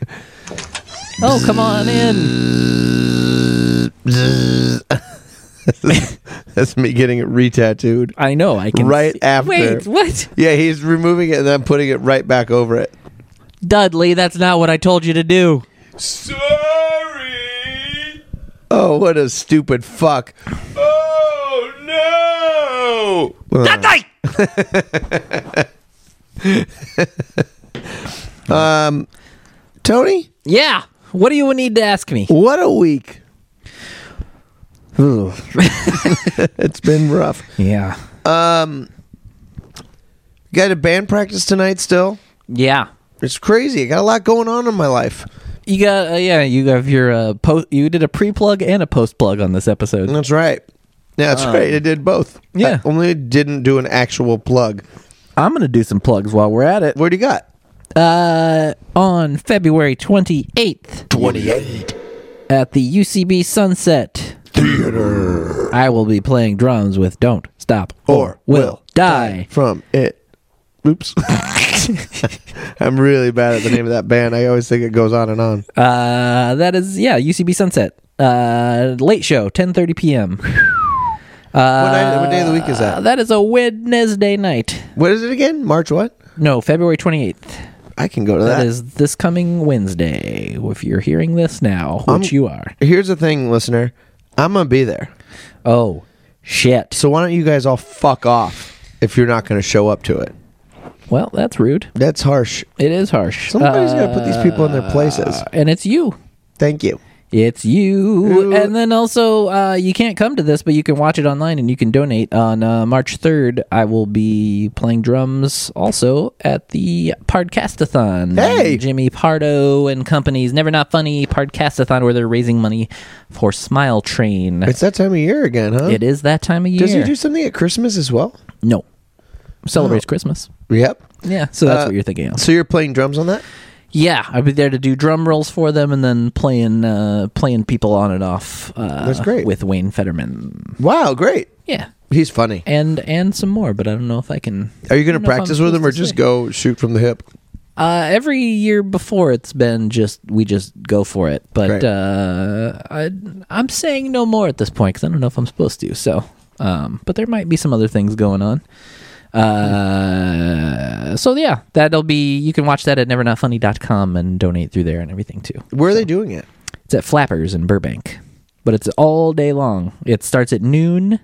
S1: Oh, come on in.
S2: That's me getting it retattooed.
S1: I know. I can
S2: Right
S1: see-
S2: after.
S1: Wait, what?
S2: Yeah, he's removing it and then putting it right back over it.
S1: Dudley, that's not what I told you to do.
S5: Sorry.
S2: Oh, what a stupid fuck!
S5: Oh no.
S2: Um, Tony,
S1: Yeah. What do you need to ask me?
S2: what a week! It's been rough.
S1: yeah.
S2: Got a band practice tonight still.
S1: Yeah.
S2: It's crazy. I got a lot going on in my life.
S1: You got uh, yeah. You have your uh, post. You did a pre plug and a post plug on this episode.
S2: That's right. Uh, Yeah, that's right. I did both.
S1: yeah.
S2: I only didn't do an actual plug.
S1: I'm gonna do some plugs while we're at it.
S2: What do you got?
S1: Uh, on February 28th.
S2: 28.
S1: at the UCB Sunset Theater. I will be playing drums with Don't Stop
S2: Or Will
S1: Die.
S2: From it. Oops. I'm really bad at the name of that band. I always think it goes on and on.
S1: Uh, that is yeah, UCB Sunset. Uh, late show, 10:30 p.m.
S2: what, night, what day of the week is
S1: Uh,
S2: that?
S1: that is a Wednesday night.
S2: What is it again? March what?
S1: No, February 28th.
S2: I can go to that.
S1: that is this coming Wednesday. If you're hearing this now, which
S2: I'm-
S1: you are.
S2: Here's the thing, listener. I'm going to be there.
S1: Oh, shit.
S2: So why don't you guys all fuck off if you're not going to show up to it?
S1: Well, that's rude.
S2: That's harsh.
S1: It is harsh.
S2: Somebody's
S1: Uh,
S2: got to put these people in their places.
S1: and it's you.
S2: Thank you.
S1: It's you.
S2: Ooh.
S1: And then also, uh, you can't come to this, but you can watch it online and you can donate. On uh, March 3rd, I will be playing drums also at the Podcastathon.
S2: Hey!
S1: Jimmy Pardo and company's Never Not Funny Podcastathon, where they're raising money for Smile Train.
S2: It's that time of year again, huh?
S1: It is that time of year.
S2: Does he do something at Christmas as well?
S1: no. Celebrates Christmas.
S2: Yep.
S1: Yeah, so that's
S2: Oh. Uh,
S1: what you're thinking of.
S2: So you're playing drums on that?
S1: Yeah, I'll be there to do drum rolls for them and then playing uh, playing people on and off uh,
S2: That's great.
S1: with Wayne Fetterman.
S2: Wow, great.
S1: Yeah.
S2: He's funny.
S1: and and some more, but I don't know if I can.
S2: Are
S1: I
S2: you going
S1: don't
S2: to
S1: know if I'm
S2: practice with him or
S1: supposed to
S2: just
S1: say.
S2: go shoot from the hip?
S1: Uh, every year before, it's been just we just go for it. But
S2: Right.
S1: uh, I, I'm saying no more at this point because I don't know if I'm supposed to. So, um, but there might be some other things going on. Uh, so yeah, that'll be. You can watch that at nevernotfunny.com and donate through there and everything too.
S2: Where are they doing it?
S1: It's at Flappers in Burbank, but it's all day long. It starts at noon.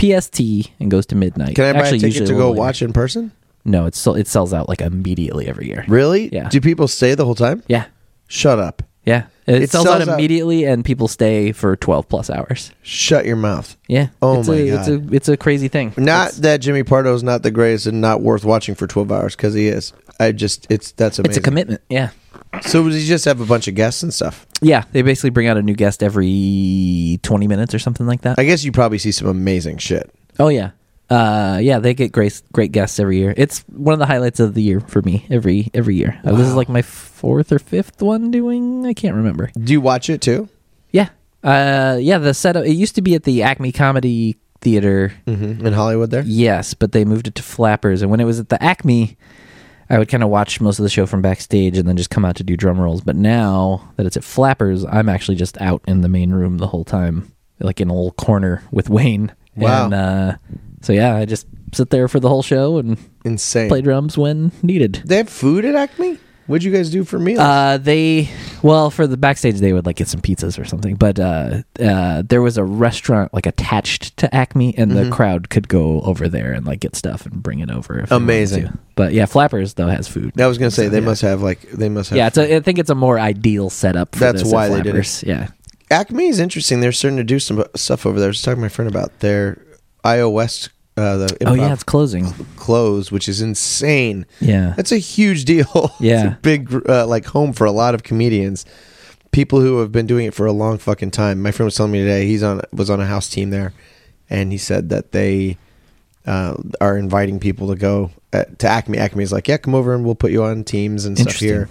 S1: PST and goes to midnight.
S2: Can I buy a ticket
S1: usually
S2: to
S1: a
S2: go
S1: little later.
S2: watch in person?
S1: No, it's so- it sells out like immediately every year.
S2: Really?
S1: Yeah.
S2: Do people stay the whole time?
S1: Yeah.
S2: Shut up.
S1: Yeah. It,
S2: It
S1: sells,
S2: sells
S1: out
S2: out-
S1: immediately and people stay for 12 plus hours.
S2: Shut your mouth.
S1: Yeah.
S2: Oh
S1: it's
S2: my
S1: a,
S2: God.
S1: It's a, it's a crazy thing.
S2: Not
S1: It's,
S2: that Jimmy Pardo is not the greatest and not worth watching for 12 hours because he is. I just, it's, that's amazing.
S1: it's a commitment. Yeah.
S2: So does he just have a bunch of guests and stuff?
S1: Yeah. They basically bring out a new guest every 20 minutes or something like that.
S2: I guess you probably see some amazing shit.
S1: oh, yeah. Uh yeah, they get great great guests every year. It's one of the highlights of the year for me every every year. Uh, this is like my fourth or fifth one doing. I can't remember.
S2: Do you watch it too?
S1: Yeah, uh, yeah. The setup it used to be at the Acme Comedy Theater
S2: Mm-hmm. In Hollywood there?
S1: Yes, but they moved it to Flappers. And when it was at the Acme, I would kind of watch most of the show from backstage and then just come out to do drum rolls. But now that it's at Flappers, I'm actually just out in the main room the whole time, like in a little corner with Wayne.
S2: Wow.
S1: And, uh, so yeah, I just sit there for the whole show and
S2: Insane.
S1: play drums when needed.
S2: They have food at Acme? What'd you guys do for meals?
S1: Uh, they, well, for the backstage, they would like get some pizzas or something. But uh, uh, there was a restaurant like attached to Acme, and
S2: Mm-hmm.
S1: the crowd could go over there and like get stuff and bring it over. If they wanted
S2: Amazing.
S1: to. But yeah, Flappers though has food.
S2: I was gonna say they must have like they must have.
S1: Yeah, it's a, I think it's a more ideal setup. For
S2: That's
S1: this at
S2: why they did it.
S1: Flappers. Yeah.
S2: Acme is interesting. They're starting to do some stuff over there. I was talking to my friend about their iOS uh, the
S1: Oh
S2: improv
S1: yeah, it's closing.
S2: close, which is insane.
S1: Yeah.
S2: That's a huge deal.
S1: Yeah.
S2: it's a big uh, like home for a lot of comedians. People who have been doing it for a long fucking time. My friend was telling me today he's on was on a house team there, and he said that they uh, are inviting people to go uh to Acme. Acme is like, yeah, come over and we'll put you on teams and stuff
S1: Interesting.
S2: here.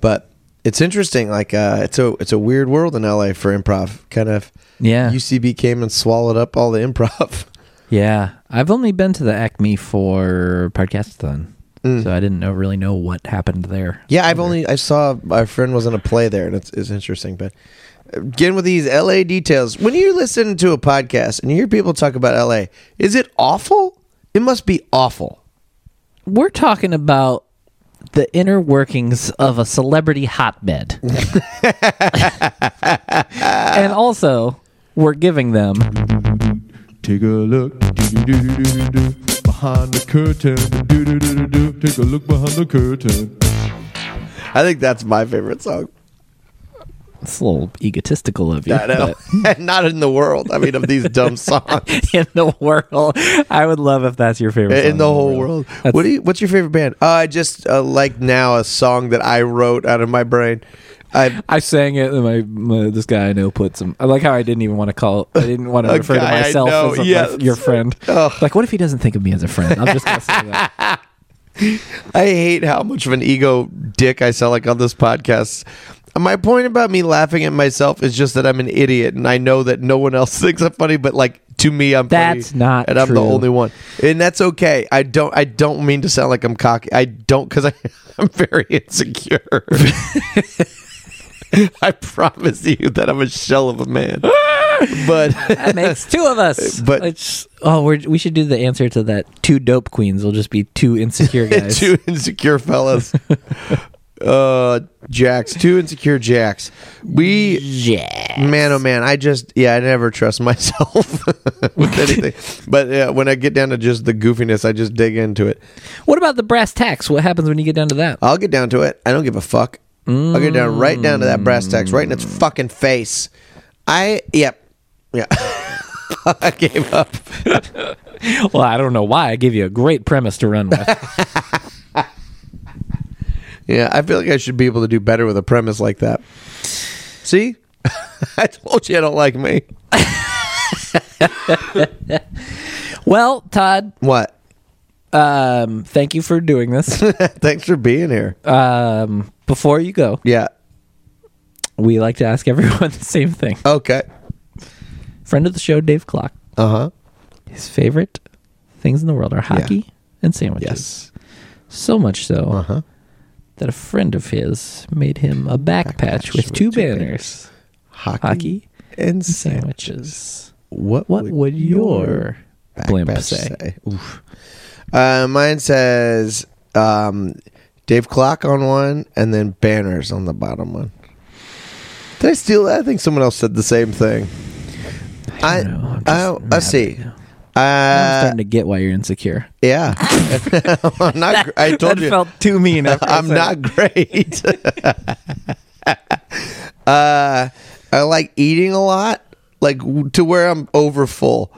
S2: But it's interesting. Like uh, it's a it's a weird world in LA for improv. Kind of
S1: Yeah.
S2: UCB came and swallowed up all the improv.
S1: Yeah, I've only been to the Acme for podcastathon,
S2: Mm.
S1: so I didn't know really know what happened there.
S2: Yeah, I've only I saw my friend was in a play there, and it's, it's interesting. But again, with these LA details, when you listen to a podcast and you hear people talk about LA, is it awful? It must be awful.
S1: We're talking about the inner workings of a celebrity hotbed, and also we're giving them
S5: Take a look do-do-do-do-do-do, behind the curtain. Do-do-do-do-do, Take a look behind the curtain.
S2: I think that's my favorite song.
S1: it's a little egotistical of you.
S2: I know, not in the world. I mean, of these dumb songs
S1: but In the world, I would love if that's your favorite. song
S2: in the whole world.
S1: That's-
S2: What do you? What's your favorite band? Uh, I just uh, like now a song that I wrote out of my brain. I
S1: I sang it, and my, my this guy I know put some. I like how I didn't even want to call. I didn't want to
S2: A
S1: refer to
S2: guy I
S1: myself
S2: know,
S1: as a, my-
S2: yes.
S1: your friend.
S2: Ugh.
S1: Like, what if he doesn't think of me as a friend? I'm just gonna say that.
S2: I hate how much of an ego dick I sound like on this podcast. My point about me laughing at myself is just that I'm an idiot, and I know that no one else thinks I'm funny. But like to me, I'm
S1: That's
S2: funny,
S1: not
S2: and I'm the
S1: true.
S2: only one, and that's okay. I don't, I don't mean to sound like I'm cocky. I don't because I'm very insecure. I promise you that I'm a shell of a man, but
S1: That makes two of us.
S2: But-
S1: it's, oh, we're, we should do the answer to that. Two dope queens will just be two insecure guys.
S2: two insecure fellas. uh Jax, two insecure Jacks. We Man oh man, I just yeah, I never trust myself with anything. But yeah, when I get down to just the goofiness, I just dig into it.
S1: What about the brass tacks? What happens when you get down to that?
S2: I'll get down to it. I don't give a fuck. I'll get down right down to that brass tacks, right in its fucking face. I yep. Yeah. I gave up.
S1: Well, I don't know why. I gave you a great premise to run with.
S2: Yeah, I feel like I should be able to do better with a premise like that. See? I told you I don't like me.
S1: well, Todd,
S2: What?
S1: um, thank you for doing this.
S2: Thanks for being here.
S1: Um, before you go,
S2: yeah.
S1: we like to ask everyone the same thing.
S2: Okay.
S1: friend of the show, Dave Clock.
S2: Uh huh.
S1: His favorite things in the world are hockey and sandwiches.
S2: Yes.
S1: So much so
S2: Uh-huh.
S1: that a friend of his made him a back, patch, with, two, banners,
S2: Hockey,
S1: hockey
S2: and
S1: and
S2: sandwich.
S1: sandwiches.
S2: What
S1: What would your
S2: back
S1: blimp
S2: patch
S1: say?
S2: Oof. Uh, mine says um, Dave Clock on one, and then banners on the bottom one. Did I steal that? I think someone else said the same thing. I,
S1: don't know. I'm just
S2: I, I
S1: mad
S2: see.
S1: right now. I'm
S2: Uh,
S1: starting to get why you're insecure.
S2: yeah, I'm not. gr- I
S1: that
S2: told you
S1: felt too mean. after I
S2: I'm
S1: said
S2: not
S1: it.
S2: great. uh, I like eating a lot, like w- to where I'm over full.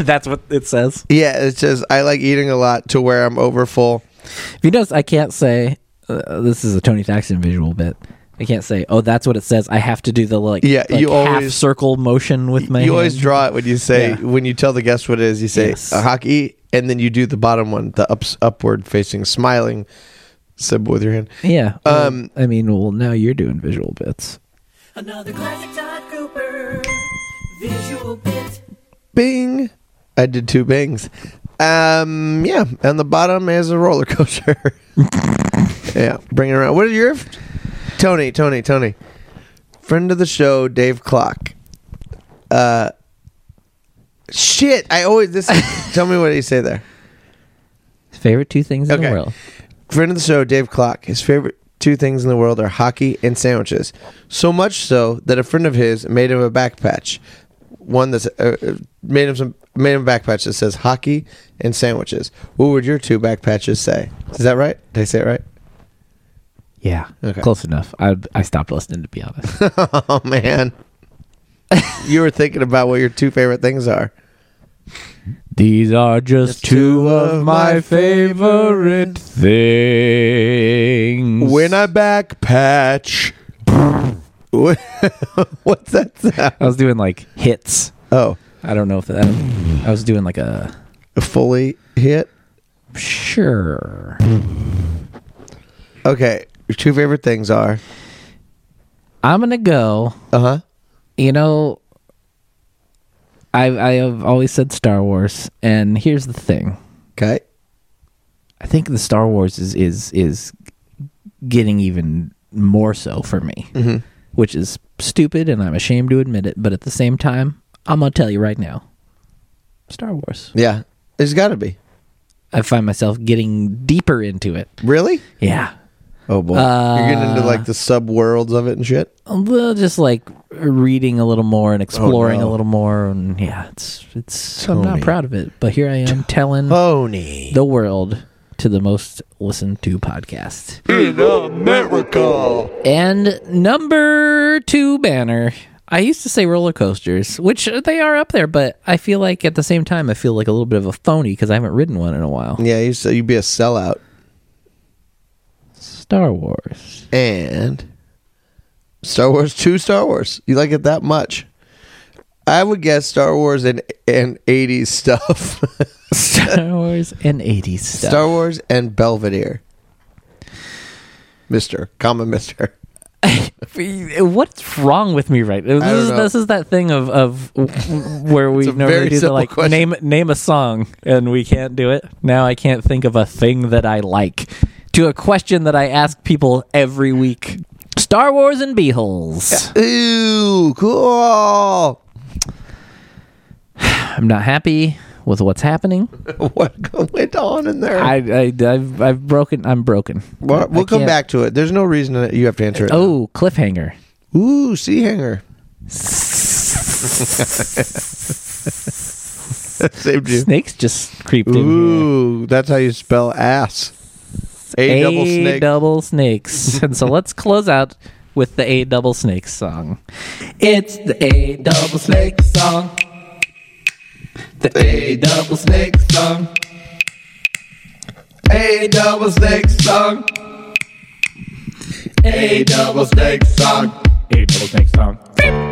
S1: That's what it says.
S2: Yeah, it says I like eating a lot to where I'm over full.
S1: If you notice, I can't say uh, this is a Tony Thaxton visual bit. I can't say, oh, that's what it says. I have to do the like,
S2: Yeah,
S1: like
S2: you
S1: half
S2: always-
S1: circle motion with my.
S2: you always
S1: hand.
S2: draw it when you say
S1: Yeah.
S2: when you tell the guest what it is. You say
S1: Yes.
S2: a hockey, and then you do the bottom one, the ups upward facing, smiling symbol with your hand.
S1: Yeah.
S2: Um,
S1: well, I mean, well, now you're doing visual bits.
S10: Another classic Todd Cooper visual bit.
S2: Bing. I did two bings. Um, yeah, and the bottom is a roller coaster. yeah, bring it around. What are your Tony? Tony? Tony? Friend of the show, Dave Clock. Uh, shit. I always this. tell me what you say there.
S1: Favorite two things in
S2: Okay.
S1: the world.
S2: Friend of the show, Dave Clock. His favorite two things in the world are hockey and sandwiches. So much so that a friend of his made him a back patch. One that's uh, uh, made him some made him a back patch that says hockey and sandwiches. What would your two back patches say? Is that right? Did I say it right?
S1: Yeah.
S2: Okay.
S1: Close enough. I I stopped listening to be honest.
S2: Oh man, you were thinking about what your two favorite things are.
S7: These are just two of my favorite things.
S2: When I back patch. What- What's that sound?
S1: I was doing like hits.
S2: Oh,
S1: I don't know if that. I was doing like a
S2: a fully hit?
S1: sure.
S2: Okay. Your two favorite things are.
S1: I'm gonna go.
S2: Uh huh.
S1: You know, I I have always said Star Wars, and here's the thing.
S2: Okay.
S1: I think the Star Wars is is is getting even more so for me, which is stupid, and I'm ashamed to admit it. But at the same time, I'm gonna tell you right now, Star Wars.
S2: Yeah. There's got to be.
S1: I find myself getting deeper into it.
S2: Really?
S1: Yeah,
S2: Oh, boy. You're getting into like the subworlds of it and shit?
S1: a little, just like reading a little more and exploring a
S2: no.
S1: little more, and yeah, it's it's. I'm
S2: Tony.
S1: not proud of it, but here I am telling
S2: Pony.
S1: the world to the most listened to podcast.
S2: In America.
S1: And number two banner. I used to say roller coasters, which they are up there, but I feel like at the same time, I feel like a little bit of a phony because I haven't ridden one in a while.
S2: Yeah, you so you'd be a sellout.
S1: Star Wars.
S2: And Star Wars 2 Star Wars. You like it that much. I would guess Star Wars and, and 80s stuff.
S1: Star Wars and 80s stuff.
S2: Star Wars and Belvedere. Mister, comma Mister.
S1: What's wrong with me right now?
S2: I
S1: This
S2: don't
S1: is,
S2: know.
S1: this is that thing of, of where we
S2: a very
S1: normally do the
S2: simple
S1: like
S2: question.
S1: name name a song and we can't do it. Now I can't think of a thing that I like. To a question that I ask people every week. Star Wars and beeholes.
S2: Ooh, cool.
S1: I'm not happy with what's happening.
S2: What went on in there?
S1: I, I I've, I've broken. I'm broken.
S2: Well,
S1: I
S2: we'll come
S1: can't-
S2: back to it. There's no reason that you have to answer it.
S1: Oh, cliffhanger.
S2: Ooh, sea hanger. Saved you.
S1: Snakes just creeped in. here.
S2: Ooh, that's how you spell ass. A,
S1: A
S2: double snake.
S1: double snakes. and so let's close out with the A double snakes song. It's the A double snake song. The A double snake song.
S2: A double snake song.
S1: A double
S2: snake song.
S7: Eight double snake song.